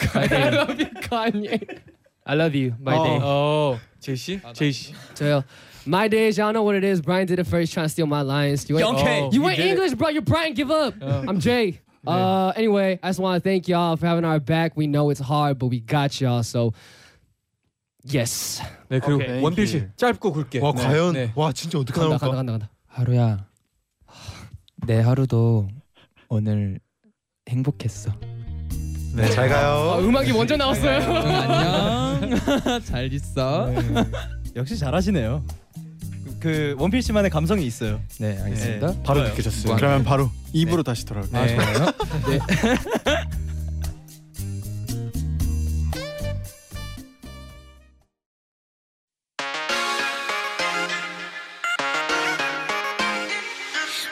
Speaker 11: I love you, my day.
Speaker 2: 어, 제이 씨, 제이 씨.
Speaker 8: 저요. My days, y'all know what it is. Brian did it first, trying to steal my lines. You ain't,
Speaker 2: 영케.
Speaker 8: you
Speaker 2: He
Speaker 8: ain't
Speaker 2: did it.
Speaker 8: English, bro. You're Brian. Give up. I'm Jay. Uh, anyway, I just want to thank y'all for having our back. We know it's hard, but we got y'all. So, yes.
Speaker 2: 네, 그리고
Speaker 4: 오케이.
Speaker 2: 원필 씨 짧고 굵게.
Speaker 7: 와
Speaker 2: 네.
Speaker 7: 아, 과연
Speaker 2: 네.
Speaker 7: 와 진짜 어떻게
Speaker 8: 간다,
Speaker 7: 하는
Speaker 8: 간다,
Speaker 7: 까
Speaker 8: 간다, 간다.
Speaker 5: 하루야. 내 하루도 오늘 행복했어.
Speaker 7: 네잘 가요.
Speaker 8: 음악이 먼저 나왔어요.
Speaker 5: 응, 안녕. 잘 있어.
Speaker 10: 역시 잘하시네요. 그 원필 씨만의 감성이 있어요. 예,
Speaker 5: 네, 알겠습니다.
Speaker 4: 바로
Speaker 10: 좋아요. 네.
Speaker 4: 느껴졌어요.
Speaker 5: 무한-
Speaker 4: 그러면 바로 입으로 다시 돌아올게요.
Speaker 5: 아, 좋아요.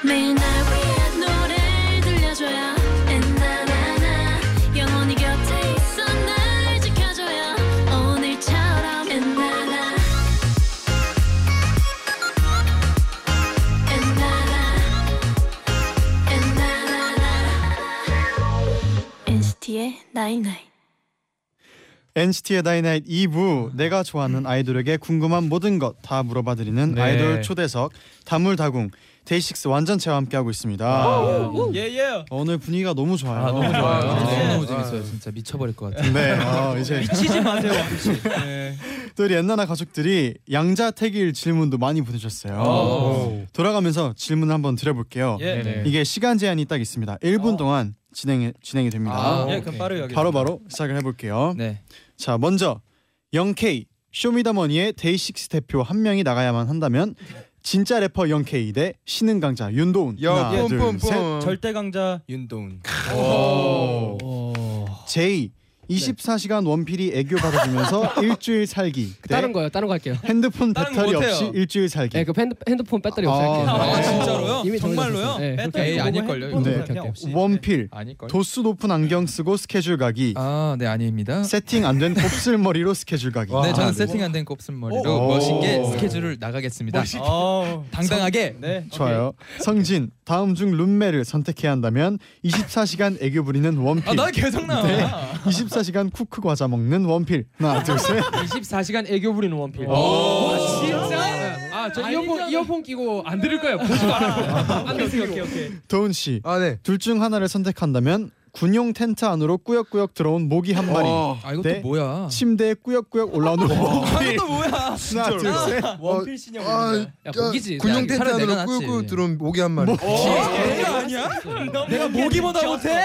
Speaker 6: 매일 날 위한 노래를 들려줘요 엔나나나 영원히 곁에 있어 날 지켜줘요 오늘처럼 엔나나 엔나나 엔나나나 NCT의 나잇나잇
Speaker 4: NCT의 다이나이트 2부 내가
Speaker 10: 음.
Speaker 4: 좋아하는 아이돌에게 궁금한 모든 것 다 물어봐드리는
Speaker 10: 네.
Speaker 4: 아이돌 초대석 다물다궁 데이식스 완전체와 함께하고 있습니다.
Speaker 10: 아, 네.
Speaker 4: 어,
Speaker 10: 예예.
Speaker 4: 오늘 분위기가 너무 좋아요.
Speaker 2: 아, 너무 좋아요.
Speaker 5: 아, 너무 재밌어요. 진짜 미쳐버릴 것 같아요.
Speaker 4: 네, 어, 이제
Speaker 10: 치지 네. 마세요.
Speaker 4: 또 우리 옛날 가족들이 양자택일 질문도 많이 보내셨어요.
Speaker 2: 오.
Speaker 4: 돌아가면서 질문 한번 드려볼게요.
Speaker 10: 예.
Speaker 2: 네.
Speaker 4: 이게 시간 제한이 딱 있습니다. 1분 동안 진행 진행이 됩니다.
Speaker 5: 아,
Speaker 10: 예, 그럼 빠르게 하겠습니다.
Speaker 4: 바로 바로 시작을 해볼게요.
Speaker 5: 네.
Speaker 4: 자, 먼저 0K 쇼미더머니의 데이식스 대표 한 명이 나가야만 한다면 진짜 래퍼 0K 대 신흥 강자 윤도훈 하나 둘셋
Speaker 10: 절대 강자 윤도훈.
Speaker 4: J 24시간 원필이 애교 받아주면서 일주일 살기.
Speaker 8: 그
Speaker 4: 네.
Speaker 6: 다른 거요. 다른 거 할게요.
Speaker 4: 핸드폰
Speaker 2: 다른
Speaker 4: 배터리
Speaker 2: 거 못해요.
Speaker 4: 없이 일주일 살기.
Speaker 6: 네, 그 핸드, 핸드폰 배터리
Speaker 4: 아,
Speaker 6: 없이 할게요.
Speaker 4: 아,
Speaker 6: 네.
Speaker 2: 진짜로요?
Speaker 6: 이미 정해졌어요.
Speaker 2: 정말로요?
Speaker 6: 네.
Speaker 5: 에이 아닐걸요. 이거.
Speaker 4: 네.
Speaker 5: 오케이, 오케이.
Speaker 4: 원필
Speaker 5: 아닐걸.
Speaker 4: 도수 높은 안경 쓰고 스케줄 가기.
Speaker 5: 아, 네 아닙니다.
Speaker 4: 세팅 안 된 곱슬머리로 스케줄 가기.
Speaker 5: 네, 저는
Speaker 4: 아,
Speaker 5: 세팅 안 된 곱슬머리로
Speaker 4: 오.
Speaker 5: 멋있게
Speaker 4: 오.
Speaker 5: 스케줄을 나가겠습니다. 어, 당당하게.
Speaker 9: 네.
Speaker 4: 좋아요. 성진 다음 중 룸메를 선택해야 한다면 24시간 애교 부리는 원필.
Speaker 5: 아, 나 계속 나와.
Speaker 4: 네. 24시간 쿠크 과자 먹는 원필. 하나 둘 셋.
Speaker 8: 24시간 애교 부리는 원필. 아,
Speaker 6: 와, 진짜? 아, 저 이어폰 이어폰 끼고 안 들을 거예요. 보지도 않아요. 안 들을 거예요.
Speaker 4: 도훈 씨.
Speaker 7: 아 네.
Speaker 4: 둘 중 하나를 선택한다면 군용 텐트 안으로 꾸역꾸역 들어온 모기 한 마리.
Speaker 5: 아, 이것도
Speaker 4: 네.
Speaker 5: 뭐야? 어,
Speaker 4: 침대에 꾸역꾸역 올라오는 원필.
Speaker 5: 이것도 뭐야?
Speaker 4: 하나 둘 셋.
Speaker 9: 원필 신형.
Speaker 7: 아,
Speaker 6: 야, 고기지.
Speaker 7: 군용 텐트
Speaker 5: 차라리 내가
Speaker 7: 안으로
Speaker 5: 낫지.
Speaker 7: 끌고 들어온 모기 한 마리.
Speaker 5: 내가 모기보다 못해?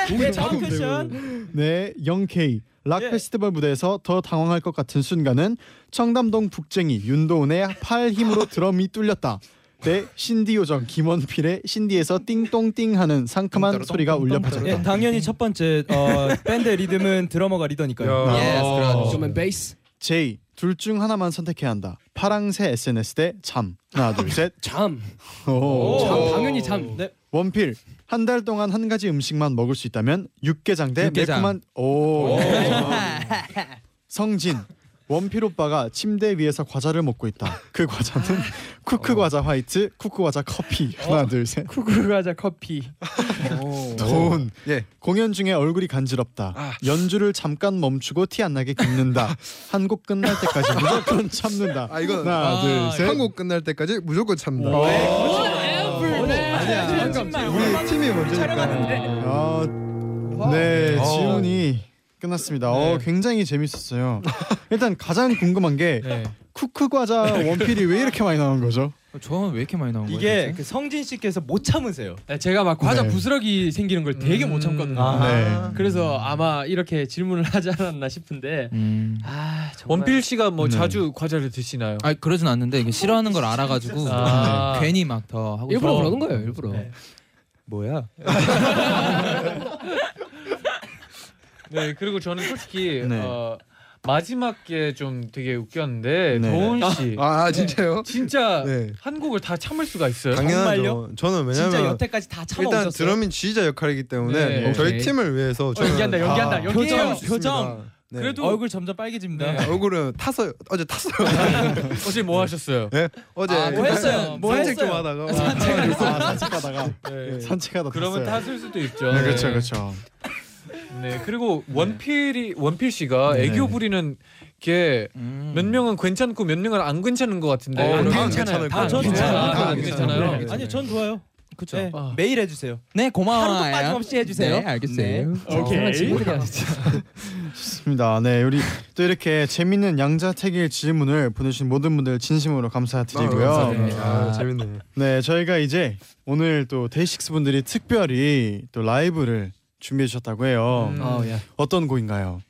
Speaker 4: 네, 영케이 락 페스티벌 무대에서 더 당황할 것 같은 순간은 청담동 북쟁이 윤도훈의 팔 힘으로 드럼이 뚫렸다. 네, 신디 요정 김원필의 신디에서 띵똥띵 하는 상큼한 소리가 울려
Speaker 9: 예,
Speaker 4: 퍼졌다.
Speaker 9: 당연히 첫 번째 어, 밴드 리듬은 드러머가 리더니까요. 네.
Speaker 7: 야.
Speaker 5: 예스,
Speaker 8: 어.
Speaker 5: 그렇죠.
Speaker 6: 좀은 베이스.
Speaker 4: J 둘 중 하나만 선택해야 한다. 파랑새 SNS 대 잠 하나 둘 셋.
Speaker 6: 잠.
Speaker 4: 오.
Speaker 6: 잠 당연히 잠. 네.
Speaker 4: 원필 한 달 동안 한 가지 음식만 먹을 수 있다면 육개장 대
Speaker 5: 육개장.
Speaker 4: 매콤한 오. 성진 원필 오빠가 침대 위에서 과자를 먹고 있다. 그 과자는 쿠크 과자 화이트, 쿠크 과자 커피 하나 둘 셋.
Speaker 8: 쿠쿠가자 커피.
Speaker 4: 돈
Speaker 7: 예.
Speaker 4: 공연 중에 얼굴이 간지럽다. 연주를 잠깐 멈추고 티 안 나게 긁는다. 한 곡 끝날 때까지 무조건 참는다.
Speaker 7: 아 이건
Speaker 4: 하나 둘 셋.
Speaker 7: 한국 끝날 때까지 무조건 참다.
Speaker 6: 아니야.
Speaker 7: 우리 팀이 먼저니까.
Speaker 4: 아, 네 지훈이 끝났습니다. 어, 굉장히 재밌었어요. 일단 가장 궁금한 게
Speaker 5: 네.
Speaker 4: 쿠크 과자 원필이 왜 이렇게 많이 나온 거죠?
Speaker 5: 어, 저는 왜 이렇게 많이 나온 거예요?
Speaker 9: 이게 그 성진 씨께서 못 참으세요.
Speaker 8: 제가 막 과자
Speaker 4: 네.
Speaker 8: 부스러기 생기는 걸 되게 못
Speaker 2: 음.
Speaker 8: 참거든요.
Speaker 5: 아.
Speaker 4: 네.
Speaker 8: 음. 그래서 아마 이렇게 질문을 하지 않았나 싶은데
Speaker 5: 음.
Speaker 8: 아 정말
Speaker 2: 원필 씨가 뭐
Speaker 4: 네.
Speaker 2: 자주 과자를 드시나요?
Speaker 5: 아, 그러진 않는데 이게 싫어하는 걸 알아가지고 네,
Speaker 2: 아.
Speaker 5: 괜히 막 더 하고
Speaker 6: 일부러
Speaker 5: 싶어.
Speaker 6: 그러는 거예요. 일부러.
Speaker 5: 네. 뭐야?
Speaker 2: 네 그리고 저는 솔직히
Speaker 4: 네.
Speaker 2: 어, 마지막 게 좀 되게 웃겼는데
Speaker 4: 네.
Speaker 2: 도훈 씨
Speaker 7: 아 진짜요?
Speaker 2: 진짜
Speaker 7: 네.
Speaker 2: 한국을 다 참을 수가 있어요.
Speaker 7: 당연하죠. 저는
Speaker 9: 진짜
Speaker 7: 왜냐면
Speaker 9: 여태까지 다 참아오셨어요.
Speaker 7: 일단 드럼이 지휘자 역할이기 때문에
Speaker 2: 네.
Speaker 7: 저희
Speaker 6: 오케이.
Speaker 7: 팀을 위해서 저는
Speaker 2: 어, 연기한다,
Speaker 7: 다
Speaker 2: 연기한다,
Speaker 7: 참을
Speaker 2: 연기해요.
Speaker 7: 수 있습니다.
Speaker 9: 표정.
Speaker 7: 네.
Speaker 2: 그래도
Speaker 9: 얼굴 점점 빨개집니다.
Speaker 2: 네.
Speaker 7: 얼굴은 탔어요. 어제 탔어요.
Speaker 2: 어제 뭐 하셨어요?
Speaker 7: 어제
Speaker 5: 아, 뭐 했어요? 뭐
Speaker 7: 산책 좀
Speaker 5: 했어요?
Speaker 7: 하다가
Speaker 4: 아, 산책하다가
Speaker 2: 네.
Speaker 4: 산책하다
Speaker 2: 그러면
Speaker 4: 탔어요.
Speaker 2: 탔을 수도 있죠.
Speaker 4: 네, 그렇죠, 그렇죠.
Speaker 2: 네 그리고 원필이 원필 씨가
Speaker 4: 네.
Speaker 2: 애교 부리는 게 몇
Speaker 5: 음.
Speaker 2: 명은 괜찮고 몇 명은 안 괜찮은 것 같은데
Speaker 7: 어,
Speaker 2: 그러면-
Speaker 7: 다
Speaker 2: 아,
Speaker 7: 괜찮아요.
Speaker 2: 다
Speaker 9: 저는
Speaker 2: 괜찮아요.
Speaker 9: 괜찮아요.
Speaker 2: 다 괜찮아요.
Speaker 7: 다
Speaker 10: 네.
Speaker 7: 괜찮아요.
Speaker 9: 네. 아니 전 좋아요.
Speaker 5: 그쵸.
Speaker 9: 네.
Speaker 5: 네,
Speaker 2: 네. 아.
Speaker 9: 매일 해주세요.
Speaker 5: 네 고마워요.
Speaker 9: 빠짐없이 해주세요.
Speaker 5: 네, 알겠어요.
Speaker 6: 오케이. 친구들이야 진짜.
Speaker 4: 좋습니다. 네, 우리 또 이렇게 재밌는 양자택일 질문을 보내주신 모든 분들 진심으로
Speaker 2: 네,
Speaker 4: 감사드리고요.
Speaker 5: 감사드립니다.
Speaker 7: 아, 재밌네.
Speaker 4: 네, 저희가 이제 오늘 또 데이식스 분들이 특별히 또 라이브를 준비해 주셨다고 해요.
Speaker 2: 음.
Speaker 9: 어, 예.
Speaker 4: 어떤 곡인가요?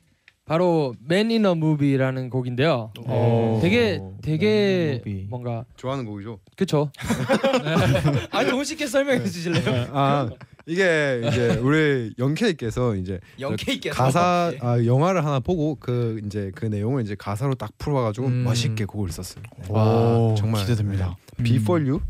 Speaker 8: 바로 Man in a Movie라는 곡인데요.
Speaker 4: 오.
Speaker 8: 되게
Speaker 5: Man in a
Speaker 8: 되게
Speaker 5: Movie.
Speaker 8: 뭔가
Speaker 7: 좋아하는 곡이죠.
Speaker 8: 그쵸?
Speaker 9: 아 동훈 씨께서 설명해 주실래요?
Speaker 7: 아 이게 이제 우리 영케이께서 이제
Speaker 9: 영케이께서
Speaker 7: 가사 아, 영화를 하나 보고 그 이제 그 내용을 이제 가사로 딱 풀어가지고
Speaker 2: 음.
Speaker 7: 멋있게 곡을 썼어요.
Speaker 4: 와,
Speaker 7: 정말.
Speaker 4: 기대됩니다.
Speaker 12: 음.
Speaker 7: Before You?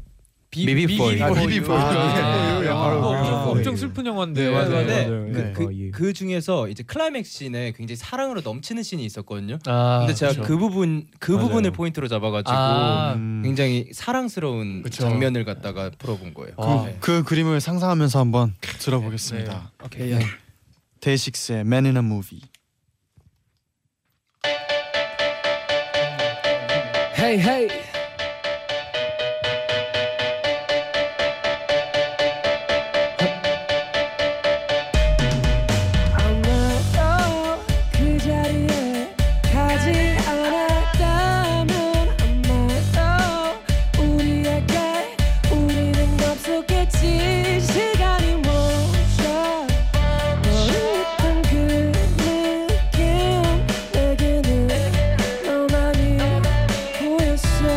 Speaker 5: Maybe for you.
Speaker 7: 아, 예, 예,
Speaker 2: 아,
Speaker 7: 바로
Speaker 2: 그거 엄청-
Speaker 7: 그거.
Speaker 2: 엄청 슬픈 영화인데
Speaker 9: 네, 맞아요.
Speaker 2: 네.
Speaker 4: 네.
Speaker 9: 그, 그, 그 중에서 이제 클라이맥스 씬에 굉장히 사랑으로 넘치는 씬이 있었거든요.
Speaker 2: 아,
Speaker 9: 근데 제가
Speaker 2: 그쵸.
Speaker 9: 그 부분 그
Speaker 4: 맞아요.
Speaker 9: 부분을 포인트로 잡아가지고
Speaker 2: 아,
Speaker 4: 음,
Speaker 9: 굉장히 사랑스러운
Speaker 2: 그쵸. 아.
Speaker 9: 장면을 갖다가 풀어본 거예요.
Speaker 2: 와.
Speaker 9: 네.
Speaker 4: 그 그림을 상상하면서 한번
Speaker 2: 네.
Speaker 4: 들어보겠습니다.
Speaker 2: 오케이.
Speaker 4: 데이식스의 Man in a Movie.
Speaker 6: 헤이 헤이.
Speaker 1: 아마도 그 자리에 가지 않았다면 아마도 우리에게 우리는 없었겠지 시간이 멈춰 너였던 그 느낌 내게는 너만이 보였어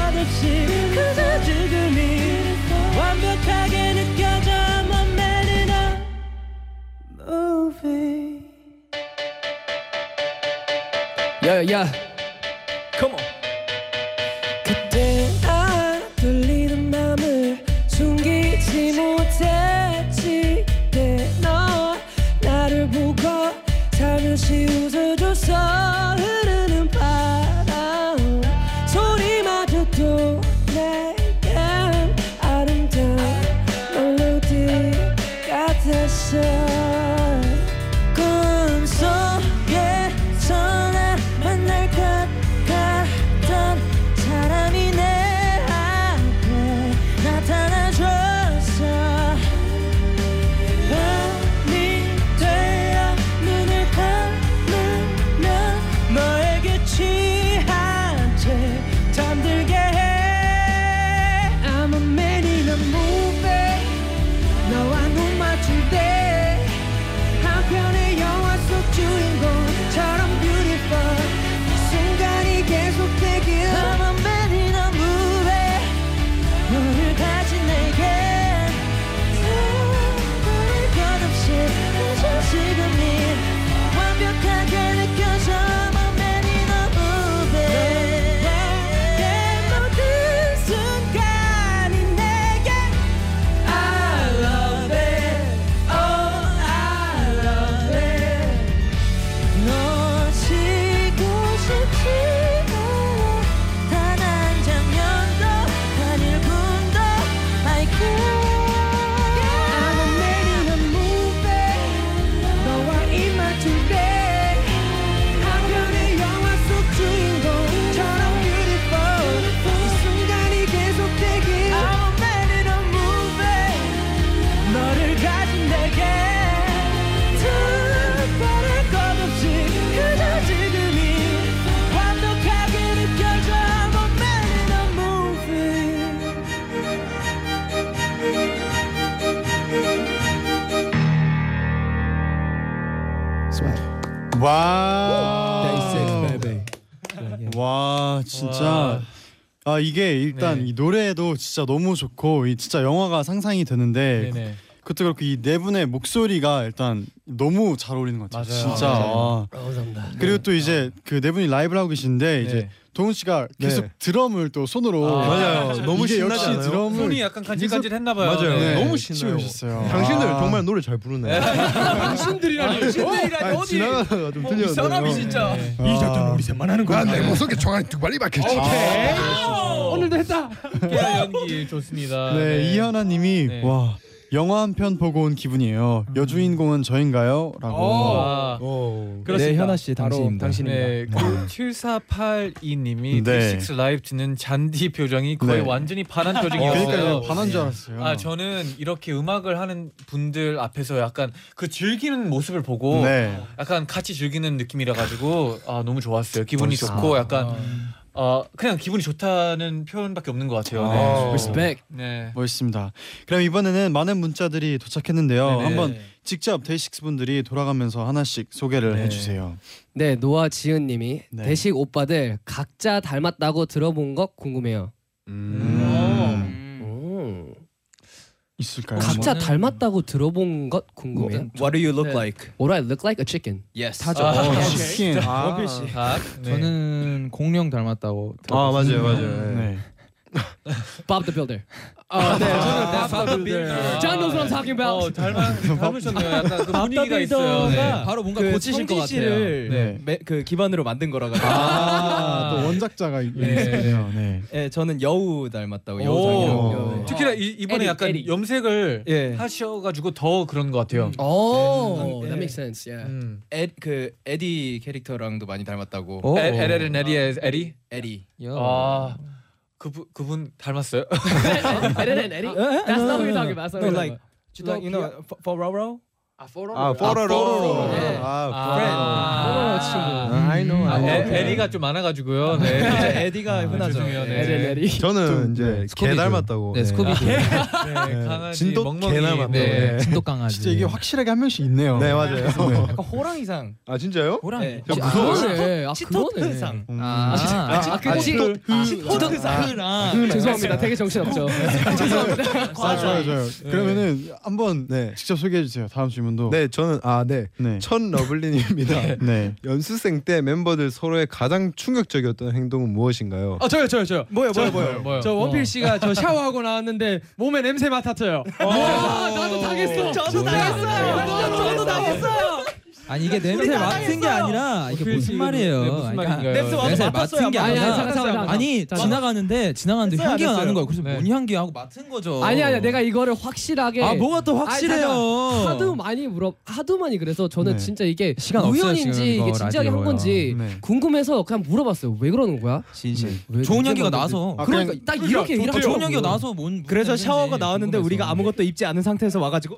Speaker 5: 뭐 네,
Speaker 6: yeah.
Speaker 1: 그때 아 돌리는 맘을 숨기지 못했지 때너 나를 보고 잠시 웃어줘서 흐르는 바람 소리마저도 내겐 아름다운 멜로디 같았어 꿈속에서 날 만날 것 같던 사람이 내 앞에 나타나줬어 밤이 되어 눈을 감으면 너에게 취한 채 잠들게 해 I'm a man in a movie 너와 눈 맞출 때 한편의 영화 속 주인공처럼 beautiful 순간이 계속되길 I'm a man in a movie 너를 가진 내게 사랑할 것 없이 늦은 지금이 완벽하게 느껴져 I'm a man in a movie 내 모든 순간이 내게 I love it Oh I love it 널 쉬고 싶지 않아 단 한 장면도 단 1분도 I could I'm a man in a movie 너와 입맞출 때 한편의 영화 속 주인공처럼 beautiful 이 순간이 계속되길 I'm a Oh, man in a movie 너를 가진 내게 특별할 것 없이 그저 지금이 완벽하게 느껴져 I'm a man in a movie
Speaker 4: 와. 와 진짜
Speaker 2: 와.
Speaker 4: 아 이게 일단
Speaker 2: 네.
Speaker 4: 이 노래도 진짜 너무 좋고 이 진짜 영화가 상상이 되는데
Speaker 2: 네네.
Speaker 4: 그것도 그렇고 이 네 분의 목소리가 일단 너무 잘 어울리는 것 같아요.
Speaker 2: 맞아요.
Speaker 4: 진짜.
Speaker 2: 맞아요.
Speaker 4: 와. 그리고 또 이제 그 네 분이 라이브를 하고 계신데 이제
Speaker 2: 네.
Speaker 4: 동훈 씨가 계속
Speaker 7: 네.
Speaker 4: 드럼을 또 손으로
Speaker 2: 아, 맞아요.
Speaker 7: 너무
Speaker 4: 이게
Speaker 7: 신나지
Speaker 4: 역시
Speaker 7: 않아요?
Speaker 4: 드럼을
Speaker 2: 손이 약간 간질간질했나 봐요.
Speaker 7: 맞아요.
Speaker 4: 네,
Speaker 7: 너무
Speaker 4: 치고
Speaker 7: 신나요.
Speaker 4: 오셨어요.
Speaker 7: 당신들
Speaker 4: 아.
Speaker 7: 정말 노래 잘 부르네.
Speaker 2: 당신들이라니. 당신들이라니
Speaker 7: 아,
Speaker 2: 어디?
Speaker 7: 지나가다가 좀
Speaker 2: 이
Speaker 7: 들렸네요. 네.
Speaker 2: 사람이 진짜.
Speaker 4: 이 작전은 우리
Speaker 9: 셋만
Speaker 7: 그
Speaker 9: 하는
Speaker 12: 아, 난내 몸속에 총알이 두 발이 박혔지. 아.
Speaker 2: 오늘도 했다. 깨알 연기 좋습니다.
Speaker 4: 네, 이현아님이
Speaker 2: 네.
Speaker 4: 와 영화 한 편 보고 온 기분이에요.
Speaker 7: 음.
Speaker 4: 여주인공은
Speaker 7: 아,
Speaker 4: 저인가요?라고.
Speaker 2: 와.
Speaker 7: 오.
Speaker 9: 네,
Speaker 2: 그렇습니다.
Speaker 9: 현아 씨 당신입니다.
Speaker 2: 네, 그 7482님이
Speaker 4: 네.
Speaker 2: 빅식스 라이브 듣는 잔디 표정이 거의
Speaker 4: 네.
Speaker 2: 완전히 반한 표정이었어요.
Speaker 4: 그러니까 반한 줄 알았어요.
Speaker 2: 아 저는 이렇게 음악을 하는 분들 앞에서 약간 그 즐기는 모습을 보고
Speaker 4: 네.
Speaker 2: 약간 같이 즐기는 느낌이라 가지고 아 너무 좋았어요. 기분이 좋고 약간 어 그냥 기분이 좋다는 표현밖에 없는 것 같아요. 네.
Speaker 6: Respect.
Speaker 2: 네.
Speaker 4: 멋있습니다. 그럼 이번에는 많은 문자들이 도착했는데요.
Speaker 2: 네네.
Speaker 4: 한번 직접 데이식스 분들이 돌아가면서 하나씩 소개를
Speaker 2: 네.
Speaker 4: 해주세요.
Speaker 6: 네, 노아 지은님이
Speaker 4: 네.
Speaker 6: 대식 오빠들 각자 닮았다고 들어본 것 궁금해요.
Speaker 4: 음.
Speaker 9: 어,
Speaker 4: 있을까요?
Speaker 6: 각자
Speaker 2: 저는-
Speaker 6: 닮았다고 들어본 것 궁금해요.
Speaker 9: What do you look like? 네.
Speaker 6: What do I look like? A chicken.
Speaker 9: Yes.
Speaker 2: 아,
Speaker 4: 어,
Speaker 2: 오케이.
Speaker 4: 치킨.
Speaker 7: 아,
Speaker 2: 아, 네.
Speaker 5: 저는 공룡 닮았다고.
Speaker 7: 아
Speaker 5: 들었어요.
Speaker 7: 맞아요 맞아요. 네.
Speaker 4: 네.
Speaker 6: Bob the Builder.
Speaker 2: 아, 네. 저는 밥밥 빌더.
Speaker 6: John knows what I'm talking about.
Speaker 2: 어, 닮은 닮으셨네요. 약간 그 분위기가 있어요. 네.
Speaker 5: 네. 바로 뭔가
Speaker 9: 그
Speaker 5: 고치실 것
Speaker 9: 성진
Speaker 5: 같아요.
Speaker 9: 씨를
Speaker 2: 네.
Speaker 9: 매- 그 기반으로 만든 거라 가지고.
Speaker 4: 아, 또 원작자가 있네요. 네.
Speaker 9: 예, 저는 여우 닮았다고
Speaker 2: 네.
Speaker 10: 어,
Speaker 2: 오. 어.
Speaker 9: 여우상이라고.
Speaker 2: 특히나 이, 이번에
Speaker 6: 에릭,
Speaker 2: 약간
Speaker 6: 에릭.
Speaker 2: 염색을
Speaker 9: 예.
Speaker 10: 네.
Speaker 2: 하셔가지고 더 그런 것 같아요.
Speaker 8: 음.
Speaker 6: Oh,
Speaker 9: 네.
Speaker 6: that makes sense. Yeah.
Speaker 2: 음.
Speaker 9: 에그 에디 캐릭터랑도 많이 닮았다고.
Speaker 5: 오.
Speaker 2: 에- 에레린 에리의 에리.
Speaker 9: 에디.
Speaker 5: 어.
Speaker 2: 아 그분 그분 닮았어요.
Speaker 6: Eddie, Eddie. That's not what you're talking
Speaker 8: 네,
Speaker 6: about. That's not
Speaker 9: 네. 어, No,
Speaker 6: what you're
Speaker 9: like,
Speaker 6: talking
Speaker 9: like you know, for, for Roro.
Speaker 7: 아 포로로. 아,
Speaker 2: 네. 아,
Speaker 7: 아, I know.
Speaker 2: 아,
Speaker 7: I know.
Speaker 2: 에- 에리가 좀 많아가지고요.
Speaker 9: 아,
Speaker 2: 네.
Speaker 9: 에디가 흔하죠.
Speaker 2: 죄송해요.
Speaker 9: 예.
Speaker 2: 네.
Speaker 6: about. Eddie.
Speaker 7: 저는 이제 개
Speaker 5: 스코비드.
Speaker 7: 닮았다고.
Speaker 5: 네, 스코비
Speaker 2: 네, 강아지
Speaker 7: 진돗개
Speaker 2: 멍멍이.
Speaker 7: 닮았다고.
Speaker 2: 네.
Speaker 5: 네, 진돗 강아지.
Speaker 4: 진짜 이게 확실하게 한 명씩 있네요.
Speaker 7: 네 맞아요.
Speaker 9: 약간 호랑이상.
Speaker 7: 아 진짜요?
Speaker 5: 호랑.
Speaker 9: 예.
Speaker 7: 저 무서워.
Speaker 6: 그러네. 아, 그러네.
Speaker 9: 치토트상.
Speaker 4: 음.
Speaker 5: 아,
Speaker 6: 아, 그
Speaker 7: 네.
Speaker 6: 치토
Speaker 9: 치토트상.
Speaker 6: 죄송합니다. 되게 정신없죠.
Speaker 4: 아, 좋아요, 좋아요. 그러면은 한번 직접 네, 소개해 주세요. 다음 님도
Speaker 7: 네, 저는 아 네.
Speaker 4: 네.
Speaker 7: 첫 러블리님입니다.
Speaker 4: 네.
Speaker 7: 연수생 때 멤버들 서로의 가장 충격적이었던 행동은 무엇인가요?
Speaker 8: 아 저요 저요 저요
Speaker 9: 뭐요
Speaker 8: 저,
Speaker 9: 뭐요 뭐요
Speaker 8: 저 원필 씨가 저 샤워하고 나왔는데 몸에 냄새 맡았어요. 와 나도 당했어.
Speaker 1: 저도
Speaker 9: 네.
Speaker 8: 아,
Speaker 1: 당했어요. 저도 당했어요.
Speaker 9: 아니 이게 냄새
Speaker 1: 우리 다
Speaker 9: 맡은 게
Speaker 1: 당했어요.
Speaker 9: 아니라 이게
Speaker 8: 필수
Speaker 9: 무슨
Speaker 8: 이거는-
Speaker 9: 말이에요?
Speaker 8: 네, 무슨
Speaker 9: 그러니까
Speaker 8: 말인가요?
Speaker 2: 아,
Speaker 9: 냄새
Speaker 8: 냄새
Speaker 9: 맡은 게
Speaker 6: 아니야,
Speaker 9: 아니라
Speaker 6: 잠깐, 잠깐, 잠깐.
Speaker 9: 아니
Speaker 6: 잠깐.
Speaker 9: 지나가는데 지나가는데
Speaker 1: 됐어요,
Speaker 9: 향기가
Speaker 1: 안
Speaker 9: 나는 거야. 그래서
Speaker 2: 네.
Speaker 9: 뭔 향기 하고 어, 맡은 거죠.
Speaker 6: 아니야, 아니야. 내가 이거를 확실하게
Speaker 10: 예.
Speaker 9: 아 뭐가 또
Speaker 6: 아니,
Speaker 9: 확실해요.
Speaker 6: 잠깐. 하도 많이 물어 하도 많이 그래서 저는
Speaker 4: 네.
Speaker 6: 진짜 이게
Speaker 9: 시간 없어요, 지금
Speaker 6: 우연인지
Speaker 9: 이거
Speaker 6: 이게 진지하게 한
Speaker 9: 라디오요.
Speaker 6: 건지
Speaker 4: 네.
Speaker 6: 궁금해서 그냥 물어봤어요. 왜 그러는 거야?
Speaker 9: 진실.
Speaker 8: 네.
Speaker 6: 왜
Speaker 9: 좋은
Speaker 6: 냄새
Speaker 9: 향기가
Speaker 6: 맡는데?
Speaker 9: 나서.
Speaker 4: 아,
Speaker 6: 그러니까
Speaker 4: 그냥-
Speaker 6: 딱 이렇게
Speaker 9: 아,
Speaker 6: 이렇게
Speaker 9: 좋은 향기가 나서 뭔
Speaker 10: 그렇죠. 뭐. 그래서 샤워가 나왔는데 우리가 아무것도 입지 않은 상태에서 와가지고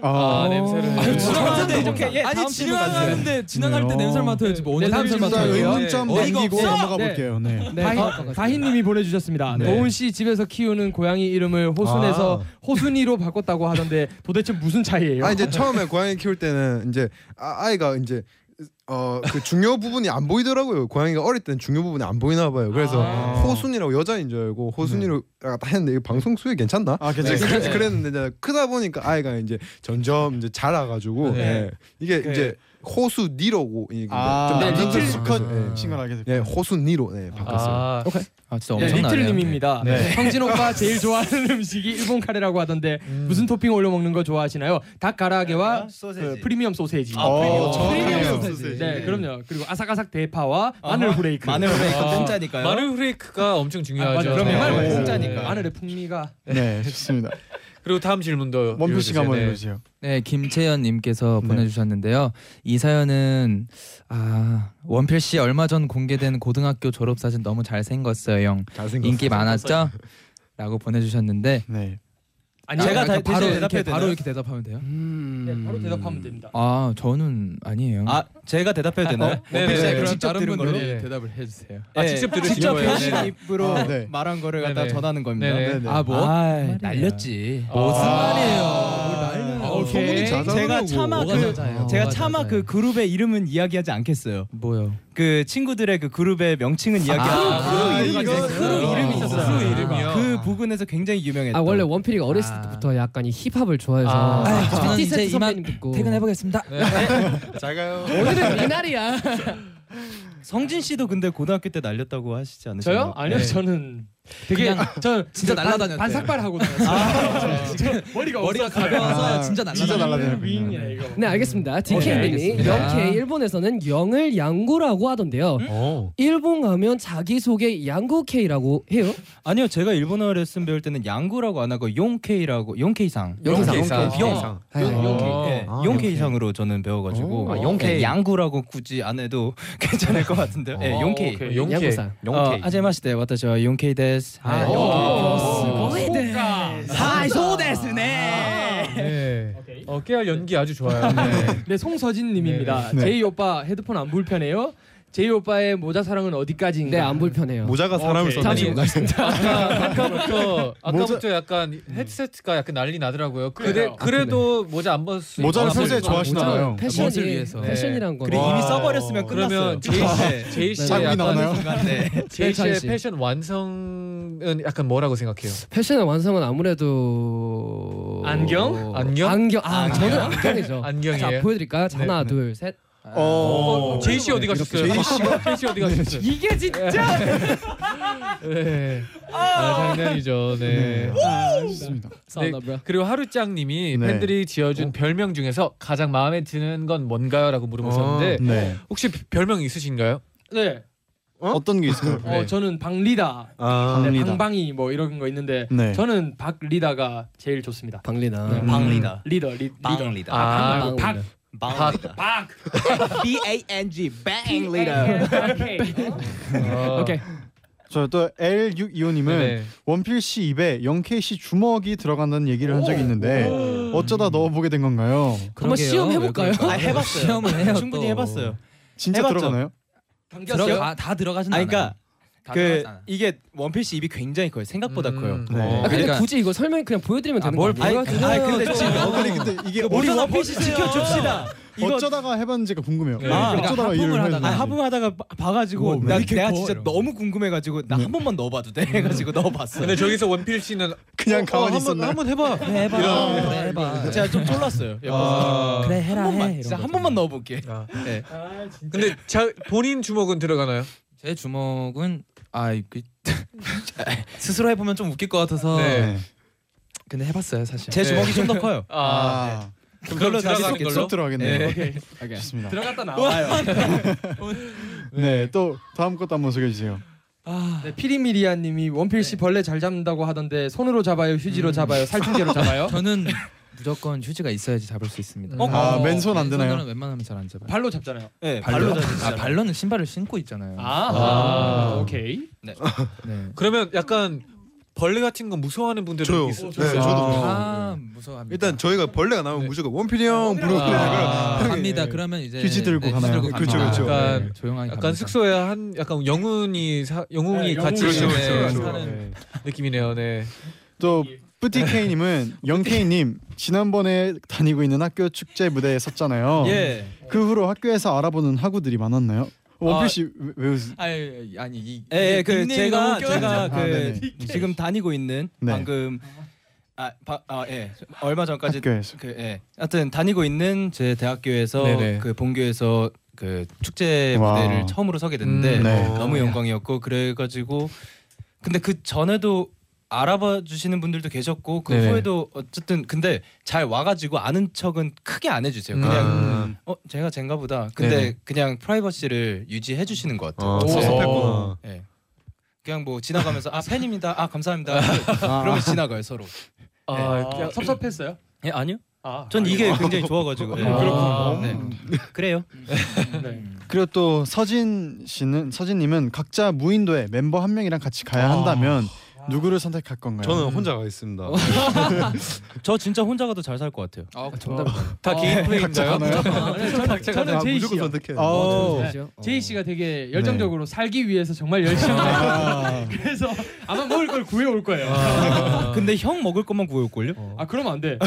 Speaker 2: 아,
Speaker 4: 아,
Speaker 2: 냄새를.
Speaker 9: 지나가는데
Speaker 10: 오케이, 예,
Speaker 9: 아니
Speaker 10: 다음 질문
Speaker 9: 지나가는데 지나갈 때
Speaker 4: 네,
Speaker 9: 냄새
Speaker 4: 어.
Speaker 9: 맡아야지 뭐
Speaker 6: 네,
Speaker 9: 언제
Speaker 6: 다음
Speaker 9: 냄새
Speaker 6: 질문
Speaker 4: 자,
Speaker 9: 맡아요?
Speaker 4: 의문점
Speaker 9: 어이가
Speaker 4: 남기고
Speaker 9: 없어.
Speaker 4: 넘어가
Speaker 8: 네.
Speaker 4: 볼게요. 네.
Speaker 6: 네,
Speaker 8: 다희, 다희님이 보내주셨습니다.
Speaker 4: 네.
Speaker 8: 노은 씨 집에서 키우는 고양이 이름을 호순에서 호순이로 바꿨다고 하던데 도대체 무슨 차이예요?
Speaker 7: 아 이제 처음에 고양이 키울 때는 이제 아, 아이가 이제 어 그 중요 부분이 안 보이더라고요. 고양이가 어릴 때는 중요 부분이 안 보이나 봐요. 그래서
Speaker 4: 아.
Speaker 7: 호순이라고 여자인 줄 알고 호순이로 아, 다 했는데 이거 방송 수위 괜찮나?
Speaker 4: 아,
Speaker 7: 네,
Speaker 4: 괜찮아요.
Speaker 7: 그래, 그랬는데 이제 크다 보니까 아이가 이제 점점 이제 자라가지고
Speaker 4: 네.
Speaker 7: 예. 이게
Speaker 4: 그-
Speaker 7: 이제 호수 니로고 이게
Speaker 4: 아,
Speaker 7: 좀
Speaker 4: 네,
Speaker 7: 남자들
Speaker 4: 리틀
Speaker 7: 수컷,
Speaker 4: 수컷
Speaker 7: 예.
Speaker 4: 신간하게 됐고.
Speaker 7: 예, 호수 니로 네, 바꿨어요.
Speaker 2: 아,
Speaker 9: 아 진짜
Speaker 8: 네,
Speaker 9: 엄청나네.
Speaker 8: 리틀님입니다.
Speaker 4: 네.
Speaker 8: 형진 오빠 제일 좋아하는 음식이 일본 카레라고 하던데 무슨 토핑 올려 먹는 거 좋아하시나요? 음. 닭 가라아게와 그 프리미엄 소세지.
Speaker 4: 어,
Speaker 8: 프리미엄
Speaker 4: 정확하네요.
Speaker 8: 소세지. 네, 그럼요. 그리고 아삭아삭 대파와 마늘 후레이크.
Speaker 10: 마늘 후레이크
Speaker 2: 아.
Speaker 10: 공짜니까요.
Speaker 2: 마늘 후레이크가 엄청
Speaker 8: 아,
Speaker 2: 중요하죠.
Speaker 8: 맞아요. 그럼요.
Speaker 2: 네.
Speaker 8: 정말
Speaker 4: 오.
Speaker 8: 진짜니까. 마늘의 풍미가.
Speaker 4: 네, 좋습니다.
Speaker 2: 그리고 다음 질문도
Speaker 4: 원필 씨가 한번
Speaker 2: 읽어주세요.
Speaker 4: 해보세요.
Speaker 5: 네, 김채연님께서
Speaker 4: 네.
Speaker 5: 보내주셨는데요. 이 사연은 아 원필 씨 얼마 전 공개된 고등학교 졸업 사진 너무 잘생겼어요, 형.
Speaker 7: 잘생겼어.
Speaker 5: 인기 많았죠? 라고 보내주셨는데
Speaker 4: 네.
Speaker 8: 아니
Speaker 10: 제가 다-
Speaker 5: 이렇게 바로
Speaker 10: 대신
Speaker 5: 이렇게
Speaker 10: 대답해도
Speaker 5: 바로
Speaker 10: 되나요?
Speaker 5: 이렇게 대답하면 돼요?
Speaker 8: 네, 바로 대답하면 됩니다.
Speaker 5: 아 저는 아니에요.
Speaker 10: 아 제가 대답해도 되나요?
Speaker 2: 네,
Speaker 10: 원필 씨가
Speaker 2: 네,
Speaker 10: 그럼
Speaker 2: 직접
Speaker 10: 다른
Speaker 2: 들은
Speaker 10: 분들이
Speaker 2: 걸로? 네.
Speaker 5: 대답을 해주세요.
Speaker 2: 아,
Speaker 10: 예,
Speaker 2: 직접 들으신
Speaker 10: 직접
Speaker 2: 거예요?
Speaker 10: 본인
Speaker 2: 네.
Speaker 10: 입으로
Speaker 4: 아, 네.
Speaker 10: 말한 거를 갖다
Speaker 2: 네네.
Speaker 10: 전하는 겁니다.
Speaker 2: 네네.
Speaker 4: 네.
Speaker 5: 아 뭐?
Speaker 9: 아이,
Speaker 5: 날렸지.
Speaker 2: 무슨
Speaker 10: 아.
Speaker 9: 말이에요?
Speaker 2: 어,
Speaker 10: 오케이.
Speaker 5: 예?
Speaker 7: 소문이
Speaker 5: 네.
Speaker 7: 자자하더라고.
Speaker 10: 제가 차마
Speaker 5: 뭐가
Speaker 10: 그
Speaker 5: 자자해요?
Speaker 10: 제가
Speaker 5: 뭐가
Speaker 10: 차마
Speaker 5: 자자해요?
Speaker 10: 그 그룹의 이름은 이야기하지 않겠어요.
Speaker 5: 뭐요?
Speaker 10: 그 친구들의 그 그룹의 명칭은 이야기.
Speaker 4: 아,
Speaker 10: 안
Speaker 4: 이거
Speaker 10: 하고
Speaker 4: 그룹
Speaker 10: 그룹 이름이
Speaker 4: 있었어요.
Speaker 10: 있었어요.
Speaker 2: 그룹 이름이요?
Speaker 10: 그 부근에서 굉장히 유명했던.
Speaker 6: 아 원래 원필이가 어렸을 때부터 약간 이 힙합을 좋아해서
Speaker 2: 아.
Speaker 5: 아,
Speaker 6: 아,
Speaker 5: 저는
Speaker 6: 50
Speaker 5: 이제
Speaker 6: 센트
Speaker 5: 이만
Speaker 6: 선배님 듣고
Speaker 5: 퇴근해보겠습니다.
Speaker 7: 작아요.
Speaker 4: 네,
Speaker 6: 오늘은 이날이야.
Speaker 10: 성진 씨도 근데 고등학교 때 날렸다고 하시지 않으세요?
Speaker 8: 저요? 아니요, 저는 되게
Speaker 5: 그냥
Speaker 8: 저
Speaker 5: 진짜 날라다녔대요.
Speaker 8: 반삭발 하고 다녔어요. 머리가
Speaker 5: 머리가
Speaker 8: 없어서.
Speaker 2: 아,
Speaker 5: 가벼워서 진짜
Speaker 4: 진짜
Speaker 5: 날라.
Speaker 4: 날라다니는
Speaker 8: 윙이야 이거.
Speaker 6: 네 알겠습니다. DK님이
Speaker 5: 알겠습니다.
Speaker 6: 영케 일본에서는 영을 양구라고 하던데요.
Speaker 8: 음? 어.
Speaker 6: 일본 가면 자기 소개 양구케이라고 해요.
Speaker 10: 아니요, 제가 일본어 레슨 배울 때는 양구라고 안 하고 용케이라고 용케이상.
Speaker 2: 용케이상.
Speaker 10: 용케이상.
Speaker 2: 아.
Speaker 10: 용케이.
Speaker 7: 아,
Speaker 10: 용케이상으로 저는 배워가지고
Speaker 6: 아,
Speaker 10: 용케이. 양구라고 굳이 안 해도 괜찮을 것 같은데요. 예, 용케이.
Speaker 8: 오케이.
Speaker 2: 용케.
Speaker 6: 양구상.
Speaker 10: 용케이. 아제마시대, 私は 용케이 데스. 아,
Speaker 2: 오.
Speaker 8: 어,
Speaker 2: 어,
Speaker 6: 오.
Speaker 8: 네,
Speaker 10: 하이 소데스네.
Speaker 2: 네. 어, 깨알 연기 아주 좋아요.
Speaker 8: 네, 송서진님입니다.
Speaker 4: 네.
Speaker 8: 제이 오빠 헤드폰 안 불편해요? 제이 오빠의 모자 사랑은 어디까지인가?
Speaker 6: 네, 안 불편해요.
Speaker 2: 어,
Speaker 7: 모자가 사람을
Speaker 8: 오케이.
Speaker 7: 썼네요.
Speaker 2: 아니, 아까, 아까부터 아까부터 약간 헤드셋가 약간 난리 나더라고요. 그래
Speaker 8: 그래요.
Speaker 2: 그래도 모자 안 벗을 수
Speaker 4: 모자를
Speaker 2: 있- 안
Speaker 4: 평소에
Speaker 2: 벗을 수
Speaker 4: 좋아하시나
Speaker 2: 있-
Speaker 6: 모자는
Speaker 4: 봐요.
Speaker 6: 패션이
Speaker 5: 멋을 위해서.
Speaker 2: 네.
Speaker 6: 패션이란 거.
Speaker 10: 그래 이미
Speaker 4: 와.
Speaker 10: 써버렸어요.
Speaker 2: 그러면
Speaker 10: 끝났어요.
Speaker 2: 제이 씨, 제이 씨의
Speaker 4: 자국이
Speaker 2: 약간
Speaker 4: 나오나요?
Speaker 10: 네.
Speaker 2: 제이
Speaker 6: 네,
Speaker 2: 씨의
Speaker 6: 씨.
Speaker 2: 패션 완성은 약간 뭐라고 생각해요?
Speaker 6: 패션의 완성은 아무래도
Speaker 8: 어. 안경?
Speaker 2: 안경?
Speaker 6: 안경. 아, 저는 안경이죠. 자,
Speaker 2: 안경이에요.
Speaker 6: 보여드릴까요? 자, 하나, 둘, 셋.
Speaker 2: 어, 제이 씨 어디 가셨어요? 제이 씨, 어디 가셨어요?
Speaker 6: 이게 진짜.
Speaker 2: 네. 아, 장난이죠. 네.
Speaker 4: 좋습니다.
Speaker 6: 싸운다,
Speaker 8: 네.
Speaker 6: 브라.
Speaker 2: 그리고 하루짱님이
Speaker 4: 네.
Speaker 2: 팬들이 지어준 별명 중에서 가장 마음에 드는 건 뭔가요?라고 물어보셨는데
Speaker 4: 네.
Speaker 2: 혹시 별명 있으신가요?
Speaker 8: 네.
Speaker 4: 어? 떤게 있을까요?
Speaker 8: 어,
Speaker 2: 네.
Speaker 8: 저는 박리다,
Speaker 7: 아,
Speaker 8: 네,
Speaker 4: 박리다.
Speaker 8: 방방이 뭐 이런 거 있는데
Speaker 4: 네.
Speaker 8: 저는 박리다가 제일 좋습니다.
Speaker 6: 방리나.
Speaker 8: 네.
Speaker 10: 방리다.
Speaker 8: 리더, 리, 리더.
Speaker 10: 방리다.
Speaker 2: 아,
Speaker 8: 음. 아, 박,
Speaker 10: 방리다.
Speaker 8: 박.
Speaker 10: B A N G bang leader.
Speaker 6: 아, 네.
Speaker 2: 어.
Speaker 6: 오케이.
Speaker 4: 저또 L625님은
Speaker 2: 네.
Speaker 4: 원필 씨 입에 영케이 씨 주먹이 들어간다는 얘기를 한 적이 있는데 어쩌다 넣어보게 된 건가요?
Speaker 6: 한번 시험해볼까요?
Speaker 10: 아, 해봤어요.
Speaker 5: 시험을 해요.
Speaker 10: 충분히
Speaker 5: 또.
Speaker 10: 해봤어요.
Speaker 4: 진짜
Speaker 10: 해봤죠.
Speaker 4: 들어가나요?
Speaker 8: 당겼어요?
Speaker 5: 들어가 다 들어가진
Speaker 10: 아니,
Speaker 5: 않아요.
Speaker 10: 그러니까
Speaker 5: 다
Speaker 10: 그
Speaker 5: 들어가진 않아요.
Speaker 10: 이게 원피스 입이 굉장히 커요. 생각보다
Speaker 2: 음.
Speaker 10: 커요.
Speaker 4: 네.
Speaker 2: 어.
Speaker 6: 아, 근데
Speaker 5: 그러니까-
Speaker 6: 굳이 이거 설명 그냥 보여드리면
Speaker 5: 아,
Speaker 6: 되는
Speaker 5: 뭘
Speaker 6: 거예요?
Speaker 10: 아니, 아니 근데 진짜
Speaker 4: 아니 근데 이게
Speaker 10: 우리 원피스 지켜줍시다.
Speaker 8: 이거-
Speaker 4: 어쩌다가 해봤는지가 궁금해요.
Speaker 10: 네.
Speaker 4: 아,
Speaker 10: 그러니까
Speaker 4: 어쩌다가
Speaker 10: 하품을
Speaker 4: 이름을
Speaker 10: 하다가.
Speaker 4: 했는지.
Speaker 10: 아, 하품을 하다가 봐- 봐가지고
Speaker 4: 우와, 왜
Speaker 10: 나,
Speaker 4: 이렇게
Speaker 10: 내가
Speaker 4: 커?
Speaker 10: 진짜 너무 궁금해가지고 나 한 번만 넣어봐도 돼 해가지고 넣어봤어.
Speaker 2: 근데 저기서 원필 씨는
Speaker 10: 그냥 가만히 있었나요?
Speaker 2: 한번 해봐.
Speaker 10: 그래, 해봐.
Speaker 5: 아,
Speaker 2: 이런.
Speaker 10: 그래, 해봐. 제가 좀 쫄랐어요.
Speaker 2: 아.
Speaker 10: 옆에서.
Speaker 2: 그래, 해라,
Speaker 10: 한 번만,
Speaker 2: 해, 이런
Speaker 10: 진짜
Speaker 2: 거
Speaker 10: 한
Speaker 2: 좀.
Speaker 10: 번만 넣어볼게. 네.
Speaker 2: 근데 자, 본인 주먹은 들어가나요?
Speaker 5: 제 주먹은 아 그, 스스로 해보면 좀 웃길 것 같아서.
Speaker 2: 네.
Speaker 5: 근데 해봤어요 사실.
Speaker 10: 제 주먹이 좀 더 커요.
Speaker 5: 아. 네.
Speaker 10: 그럼 그걸로 다시
Speaker 5: 들어가는
Speaker 10: 쏙
Speaker 5: 걸로?
Speaker 4: 들어가겠네요.
Speaker 5: 네.
Speaker 4: 오케이. 좋습니다.
Speaker 8: 들어갔다 나와요.
Speaker 4: 네, 또 다음 것도 한번 소개해 주세요.
Speaker 8: 네, 피리미리아님이 원필
Speaker 6: 네.
Speaker 8: 씨 벌레 잘 잡는다고 하던데 손으로 잡아요, 휴지로 잡아요, 살충제로 잡아요?
Speaker 5: 저는 무조건 휴지가 있어야지 잡을 수 있습니다.
Speaker 8: 어? 아,
Speaker 4: 맨손 안 되나요?
Speaker 5: 네, 맨손은 웬만하면 잘 안 잡아요.
Speaker 8: 발로 잡잖아요.
Speaker 10: 네,
Speaker 5: 발로.
Speaker 10: 발로 잡잖아요.
Speaker 5: 아, 발로는 신발을 신고 있잖아요.
Speaker 2: 아,
Speaker 8: 오케이.
Speaker 10: 네.
Speaker 2: 그러면 약간 벌레 같은 거 무서워하는 분들은
Speaker 7: 저요.
Speaker 2: 있어요.
Speaker 7: 네, 저도 무서워요.
Speaker 5: 아, 무서워합니다.
Speaker 7: 일단 저희가 벌레가 나오면 무조건 원필이 형 부르고
Speaker 5: 아,
Speaker 7: 그래요.
Speaker 5: 갑니다.
Speaker 7: 예.
Speaker 5: 그러면 이제 네,
Speaker 7: 휴지 들고
Speaker 5: 휴지
Speaker 7: 가나요?
Speaker 5: 들고
Speaker 7: 그쵸,
Speaker 5: 갑니다.
Speaker 7: 그쵸.
Speaker 5: 약간
Speaker 7: 네.
Speaker 5: 조용하게
Speaker 2: 약간
Speaker 5: 갑니다.
Speaker 2: 숙소에 한 약간 영훈이 사, 영훈이
Speaker 5: 네,
Speaker 2: 같이
Speaker 5: 영훈이.
Speaker 2: 이렇게
Speaker 5: 그렇죠, 그렇죠.
Speaker 7: 네.
Speaker 2: 사는 느낌이네요. 네.
Speaker 4: 또 뿌티케이님은 영케이님 지난번에 다니고 있는 학교 축제 무대에 섰잖아요.
Speaker 5: 예.
Speaker 4: 그 후로 학교에서 알아보는 학우들이 많았나요? 원필
Speaker 10: 아,
Speaker 4: 씨왜 왜 웃?
Speaker 5: 아니 아니 이
Speaker 10: 예, 예,
Speaker 5: 이게
Speaker 10: 그
Speaker 5: 닉네임이
Speaker 10: 제가
Speaker 5: 너무 껴요.
Speaker 10: 제가
Speaker 4: 아,
Speaker 10: 그
Speaker 4: 네네.
Speaker 10: 지금 다니고 있는
Speaker 4: 네.
Speaker 10: 방금 아, 바, 아, 예. 얼마 전까지
Speaker 4: 학교에서.
Speaker 10: 그 예. 하여튼 다니고 있는 제 대학교에서
Speaker 4: 네네.
Speaker 10: 그 본교에서 그 축제
Speaker 4: 와.
Speaker 10: 무대를 처음으로 서게 됐는데
Speaker 4: 음, 네.
Speaker 10: 너무 영광이었고 그래 가지고 근데 그 전에도 알아봐 주시는 분들도 계셨고 그
Speaker 5: 네네.
Speaker 10: 후에도 어쨌든 근데 잘 와가지고 아는 척은 크게 안 해주세요. 그냥
Speaker 5: 음.
Speaker 10: 어 제가 젠가보다. 근데
Speaker 5: 네네.
Speaker 10: 그냥 프라이버시를 유지해 주시는 것 같아요.
Speaker 7: 어.
Speaker 5: 아,
Speaker 10: 오.
Speaker 5: 섭섭했구나.
Speaker 10: 예. 그냥 뭐 지나가면서 아 팬입니다. 아 감사합니다.
Speaker 5: 아.
Speaker 10: 그러면 지나가요 서로.
Speaker 8: 아, 야, 섭섭했어요?
Speaker 10: 예 아니요.
Speaker 8: 아,
Speaker 10: 전 이게
Speaker 8: 아니요.
Speaker 10: 굉장히 좋아가지고. 예.
Speaker 8: 아, 그렇구나.
Speaker 10: 네. 그래요.
Speaker 8: 네.
Speaker 4: 그리고 또 서진 씨는 서진님은 각자 무인도에 멤버 한 명이랑 같이 가야 한다면 누구를 선택할 건가요?
Speaker 7: 저는 혼자 가겠습니다.
Speaker 10: 저 진짜 혼자 가도 잘 살 것 같아요.
Speaker 5: 아,
Speaker 2: 다 개인
Speaker 7: 각자
Speaker 4: 네,
Speaker 2: 플레이인가요?
Speaker 7: 가나요?
Speaker 8: 네, 저는-
Speaker 7: 각자
Speaker 8: 저는
Speaker 7: 가나요?
Speaker 8: 제이
Speaker 7: 무조건
Speaker 8: 씨요.
Speaker 7: 선택해요.
Speaker 8: 어,
Speaker 7: 어,
Speaker 8: 저는
Speaker 7: 제이요?
Speaker 8: 제이 씨가 되게 열정적으로 살기 위해서 정말 열심히 그래서 아마 먹을 걸 구해 올 거예요.
Speaker 10: 아. 근데 형 먹을 것만 구해 올걸요?
Speaker 8: 아 그러면 안 돼.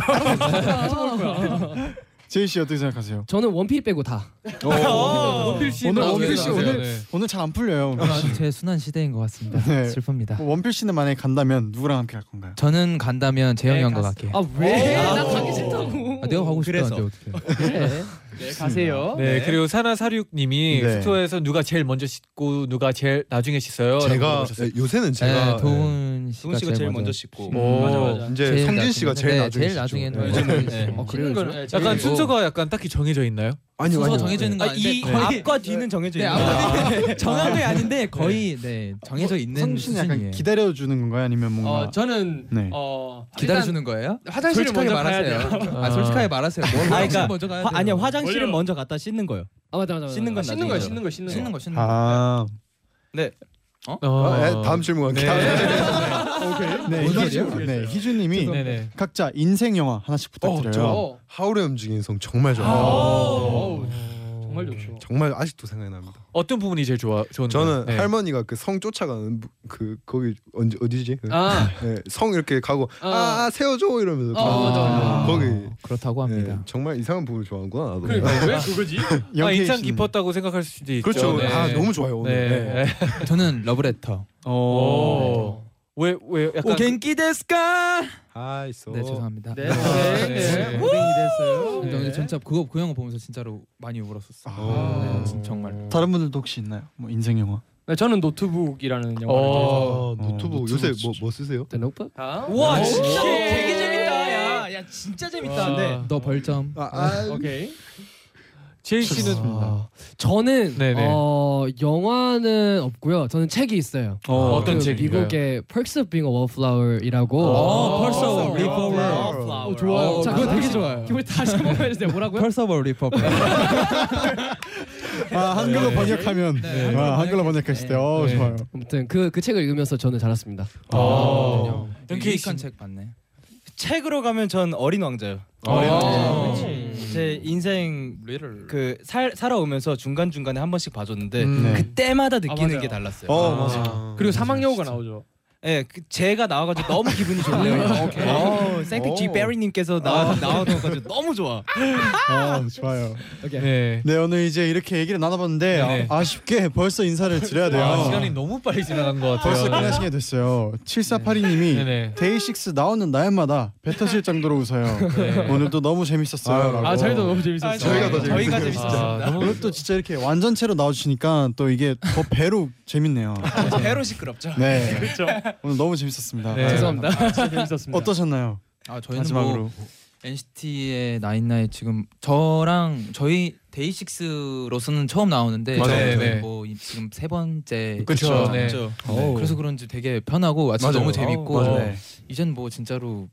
Speaker 4: 제이 씨 어떻게 생각하세요?
Speaker 13: 저는 원필 빼고 다.
Speaker 4: 오.
Speaker 10: 어,
Speaker 13: 원필 씨
Speaker 4: 오늘
Speaker 13: 나중에
Speaker 4: 원필 씨
Speaker 13: 나중에
Speaker 4: 오늘
Speaker 13: 네.
Speaker 4: 오늘 잘 안 풀려요. 원필 씨.
Speaker 5: 아, 제 순한 시대인 것 같습니다.
Speaker 4: 네.
Speaker 5: 슬픕니다.
Speaker 4: 원필 씨는 만약에 간다면 누구랑 함께 갈 건가요?
Speaker 5: 저는 간다면
Speaker 7: 네,
Speaker 5: 재영이 형과 갈게요.
Speaker 13: 아
Speaker 8: 어.
Speaker 13: 왜?
Speaker 5: 아,
Speaker 13: 나 가기 싫다고.
Speaker 5: 아, 내가 가고 싶다는데
Speaker 2: 그래서.
Speaker 5: 어떻게?
Speaker 8: 네, 가세요.
Speaker 2: 네, 그리고 사나사육님이
Speaker 4: 네.
Speaker 2: 숙소에서 누가 제일 먼저 씻고 누가 제일 나중에 씻어요? 라고
Speaker 7: 제가,
Speaker 2: 물어보셨어요.
Speaker 7: 네, 요새는 제가, 네, 도훈
Speaker 5: 네.
Speaker 7: 씨가 제일 먼저
Speaker 10: 씻고.
Speaker 4: 뭐.
Speaker 2: 오,
Speaker 7: 맞아, 맞아. 이제
Speaker 2: 제일
Speaker 7: 성진 씨가
Speaker 2: 나중에.
Speaker 7: 제일
Speaker 5: 네,
Speaker 7: 나중에 씻죠.
Speaker 2: 나중에는
Speaker 7: 요즘은,
Speaker 2: 성진
Speaker 7: 네.
Speaker 2: 씨.
Speaker 7: 어, 그래요,
Speaker 2: 씻는 걸-
Speaker 7: 요즘?
Speaker 2: 약간
Speaker 7: 제일
Speaker 2: 순서가 약간 딱히 정해져 있나요?
Speaker 7: 아니요,
Speaker 5: 순서가
Speaker 7: 아니요.
Speaker 5: 정해져 있는 건
Speaker 7: 아,
Speaker 5: 아닌데
Speaker 10: 네,
Speaker 7: 이
Speaker 5: 거의-
Speaker 10: 앞과 뒤는 정해져
Speaker 5: 네,
Speaker 10: 있는
Speaker 5: 앞과
Speaker 10: 거예요.
Speaker 5: 뒤는 정한 게 아닌데 거의 네 정해져 있는
Speaker 4: 성진 약간
Speaker 5: 수준이에요.
Speaker 4: 기다려 주는 건가요? 아니면 뭔가
Speaker 8: 어, 저는
Speaker 4: 네.
Speaker 8: 어
Speaker 5: 기다려주는 거예요?
Speaker 8: 화장실을
Speaker 5: 솔직하게
Speaker 8: 먼저 가야
Speaker 5: 말하세요.
Speaker 8: 돼요.
Speaker 5: 아, 솔직하게 말하세요. 뭘
Speaker 10: 아,
Speaker 5: 화장실
Speaker 10: 그러니까
Speaker 5: 먼저 가야
Speaker 10: 화-
Speaker 5: 돼요?
Speaker 10: 아니요 화장실은
Speaker 5: 원래-
Speaker 10: 먼저 갔다 씻는 거예요.
Speaker 13: 아 맞다 맞다.
Speaker 10: 씻는 건
Speaker 8: 씻는 거야, 씻는 거, 씻는 거.
Speaker 5: 씻는 거 씻는 거.
Speaker 4: 아.
Speaker 10: 네.
Speaker 5: 어?
Speaker 7: 아, 네, 다음 질문
Speaker 4: 오케이. 네, 희준, 네, 희준님이 각자 인생 영화 하나씩 부탁드려요.
Speaker 8: 어,
Speaker 7: 저 하울의 움직이는 성 정말 좋아요.
Speaker 8: 정말 좋죠.
Speaker 7: 정말 아직도 생각납니다.
Speaker 2: 어떤 부분이 제일 좋아 좋은데? 네.
Speaker 7: 저는 할머니가 그 성 쫓아가는 부- 그 거기 언제 어디지? 그-
Speaker 2: 아.
Speaker 7: 네, 성 이렇게 가고 아, 아 세워줘 이러면서
Speaker 2: 아,
Speaker 7: 가고.
Speaker 2: 맞아, 맞아.
Speaker 7: 거기
Speaker 5: 그렇다고
Speaker 7: 합니다. 정말 이상한 부분을 좋아하는구나. 나도.
Speaker 8: 그러니까 그거지?
Speaker 2: 아,
Speaker 7: 영케이
Speaker 2: 인상
Speaker 7: 씨는-
Speaker 2: 깊었다고 생각할 수도 있죠.
Speaker 7: 그렇죠.
Speaker 2: 네.
Speaker 7: 아 너무 좋아요 오늘. 네.
Speaker 5: 저는 러브레터.
Speaker 4: 어.
Speaker 2: 오. 왜, 왜 약간 그
Speaker 5: 오 겐키 데스까?
Speaker 7: 아 있어.
Speaker 5: 네 죄송합니다.
Speaker 8: 네, 네, 네. 고생이 됐어요.
Speaker 5: 근데
Speaker 8: 네.
Speaker 5: 오늘 진짜 그거 그 영화 보면서 진짜로 많이 울었었어.
Speaker 4: 아.
Speaker 5: 네, 진- 정말.
Speaker 4: 다른 분들도 혹시 있나요? 뭐 인생 영화.
Speaker 8: 네, 저는 노트북이라는 영화를
Speaker 7: 어, 노트북 요새 뭐, 뭐 쓰세요?
Speaker 13: 네, 노트북.
Speaker 8: 아?
Speaker 10: 와
Speaker 8: 오.
Speaker 10: 진짜 되게 재밌다. 야, 야 진짜 재밌다.
Speaker 2: 아.
Speaker 8: 와.
Speaker 10: 근데
Speaker 5: 너 벌점.
Speaker 7: 아,
Speaker 8: 오케이.
Speaker 2: 제이 씨는
Speaker 13: 저는
Speaker 2: 네네.
Speaker 13: 어 영화는 없고요. 저는 책이 있어요.
Speaker 10: 아,
Speaker 2: 어, 어떤
Speaker 13: 그
Speaker 2: 책인가요? 아,
Speaker 13: 미국의 Perks of Being a Wallflower이라고.
Speaker 10: 아,
Speaker 5: 어, Perks of Being a
Speaker 10: 네.
Speaker 5: Wallflower.
Speaker 13: 어, 좋아요.
Speaker 5: 어,
Speaker 13: 자,
Speaker 5: 그거
Speaker 13: 그거
Speaker 5: 되게
Speaker 13: 다시-
Speaker 5: 좋아요.
Speaker 13: 그걸 다시 한번 해주세요. 뭐라고요?
Speaker 5: 펄서버 리퍼블.
Speaker 4: 아 한글로 번역하면 아, 한글로 번역했을 때, 어 좋아요.
Speaker 13: 아무튼 그 그 책을 읽으면서 저는 자랐습니다.
Speaker 5: 아.
Speaker 10: 이렇게
Speaker 5: 유익한 책 봤네.
Speaker 10: 그 책으로 가면 전 어린 왕자요.
Speaker 5: 어린
Speaker 10: 아.
Speaker 5: 왕자.
Speaker 10: 그치. 제 인생 그 살, 살아오면서 중간 중간에 한 번씩 봐줬는데
Speaker 8: 음. 네.
Speaker 10: 그때마다
Speaker 8: 아,
Speaker 10: 느끼는
Speaker 8: 맞아요.
Speaker 10: 게 달랐어요. 네,
Speaker 8: 어,
Speaker 7: 아,
Speaker 8: 맞아요. 그리고 사망여우가 나오죠.
Speaker 10: 예, 그 제가 나와가지고 너무 기분이 좋네요.
Speaker 8: 오케이.
Speaker 10: 어, 생티 G 베리님께서
Speaker 4: 아.
Speaker 10: 나와 나와가지고 너무 좋아.
Speaker 4: 아, 좋아요.
Speaker 6: 오케이.
Speaker 4: 네. 오늘 이제 이렇게 얘기를 나눠봤는데
Speaker 2: 네네.
Speaker 4: 아, 쉽게 벌써 인사를 드려야 돼요.
Speaker 2: 아, 시간이 너무 빨리 지나간 것 같아요.
Speaker 4: 벌써 끝나시게 됐어요.
Speaker 2: 네,
Speaker 4: 7482님이 데이식스 나오는 날마다 뱉어질 정도로 웃어요.
Speaker 2: 네.
Speaker 4: 오늘도 너무 재밌었어요. 라고.
Speaker 8: 아, 저희도 너무 재밌었어요. 아, 저희가 더 저희가 재밌었어요. 재밌었습니다.
Speaker 4: 아, 너무 오늘 또 진짜 이렇게 완전체로 나와주시니까 또 이게 더 배로 재밌네요.
Speaker 10: 배로 시끄럽죠.
Speaker 4: 네.
Speaker 10: 그렇죠.
Speaker 4: 오늘 너무 재밌었습니다.
Speaker 5: 네. 죄송합니다.
Speaker 4: 아,
Speaker 5: 진짜 재밌었습니다.
Speaker 4: 어떠셨나요?
Speaker 5: 아, 저희는
Speaker 4: 마지막으로.
Speaker 5: 뭐 NCT의 나인나이 지금 저랑 저희 데이식스로서는 처음 나오는데
Speaker 4: 맞아요.
Speaker 5: 저희
Speaker 4: 네, 네.
Speaker 5: 뭐 이- 지금 세 번째
Speaker 4: 그쵸,
Speaker 5: 그쵸,
Speaker 4: 네.
Speaker 5: 그쵸.
Speaker 4: 오.
Speaker 5: 뭐, 그래서 그런지 되게 편하고 아침
Speaker 4: 맞아요.
Speaker 5: 너무 재밌고
Speaker 4: 아우, 맞아요.
Speaker 5: 네. 이젠 뭐 진짜로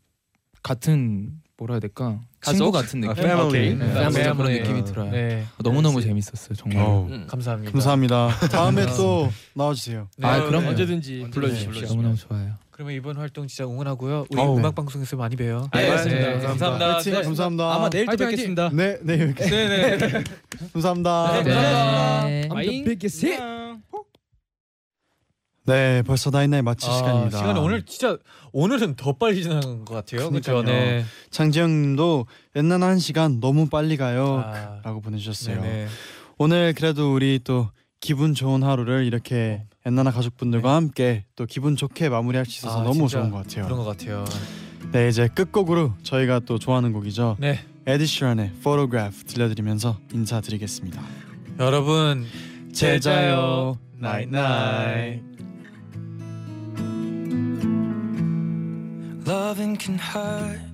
Speaker 5: 같은 뭐라 해야 될까
Speaker 2: 가족?
Speaker 5: 친구 같은 느낌
Speaker 2: 아, 패밀리.
Speaker 5: 오케이.
Speaker 2: 네.
Speaker 5: 네, 진짜
Speaker 2: 패밀리.
Speaker 5: 그런 느낌이
Speaker 2: 네.
Speaker 5: 들어요 아,
Speaker 2: 네.
Speaker 5: 너무 너무 재밌었어요 정말
Speaker 4: 어우.
Speaker 2: 감사합니다. 네,
Speaker 4: 감사합니다. 다음에 또 나와주세요.
Speaker 5: 아,
Speaker 8: 네.
Speaker 5: 그럼 네.
Speaker 2: 언제든지 불러주십시오.
Speaker 5: 너무너무 좋아요
Speaker 2: 그러면 이번 활동 진짜 응원하고요. 우리
Speaker 5: 어우, 네.
Speaker 2: 음악 방송에서 많이 봬요.
Speaker 5: 네, 알겠습니다.
Speaker 2: 감사합니다.
Speaker 4: 화이팅,
Speaker 2: 네.
Speaker 4: 감사합니다.
Speaker 2: 화이팅, 화이팅.
Speaker 4: 네, 네, 이렇게.
Speaker 2: 네, 네.
Speaker 4: 감사합니다.
Speaker 8: 네.
Speaker 6: I'm the biggest hit.
Speaker 4: 네, 벌써 나인나이 마칠
Speaker 2: 아,
Speaker 4: 시간입니다.
Speaker 2: 시간이 오늘 진짜 오늘은 더 빨리 지난 것 같아요. 그렇죠.
Speaker 4: 그러니까요. 장지영님도 옛날 한 시간 너무 빨리 가요라고 보내주셨어요.
Speaker 2: 아, 네네.
Speaker 4: 오늘 그래도 우리 또 기분 좋은 하루를 이렇게 옛날 가족분들과 함께 또 기분 좋게 마무리할 수 있어서
Speaker 2: 네. 아,
Speaker 4: 너무
Speaker 2: 진짜
Speaker 4: 좋은 것 같아요.
Speaker 2: 그런 것 같아요.
Speaker 4: 네, 이제 끝곡으로 저희가 또 좋아하는 곡이죠.
Speaker 2: 네.
Speaker 4: 에디슈런의 Photograph 들려드리면서 인사드리겠습니다.
Speaker 2: 여러분
Speaker 4: 제자요.
Speaker 2: 나잇나잇.
Speaker 1: Loving can hurt.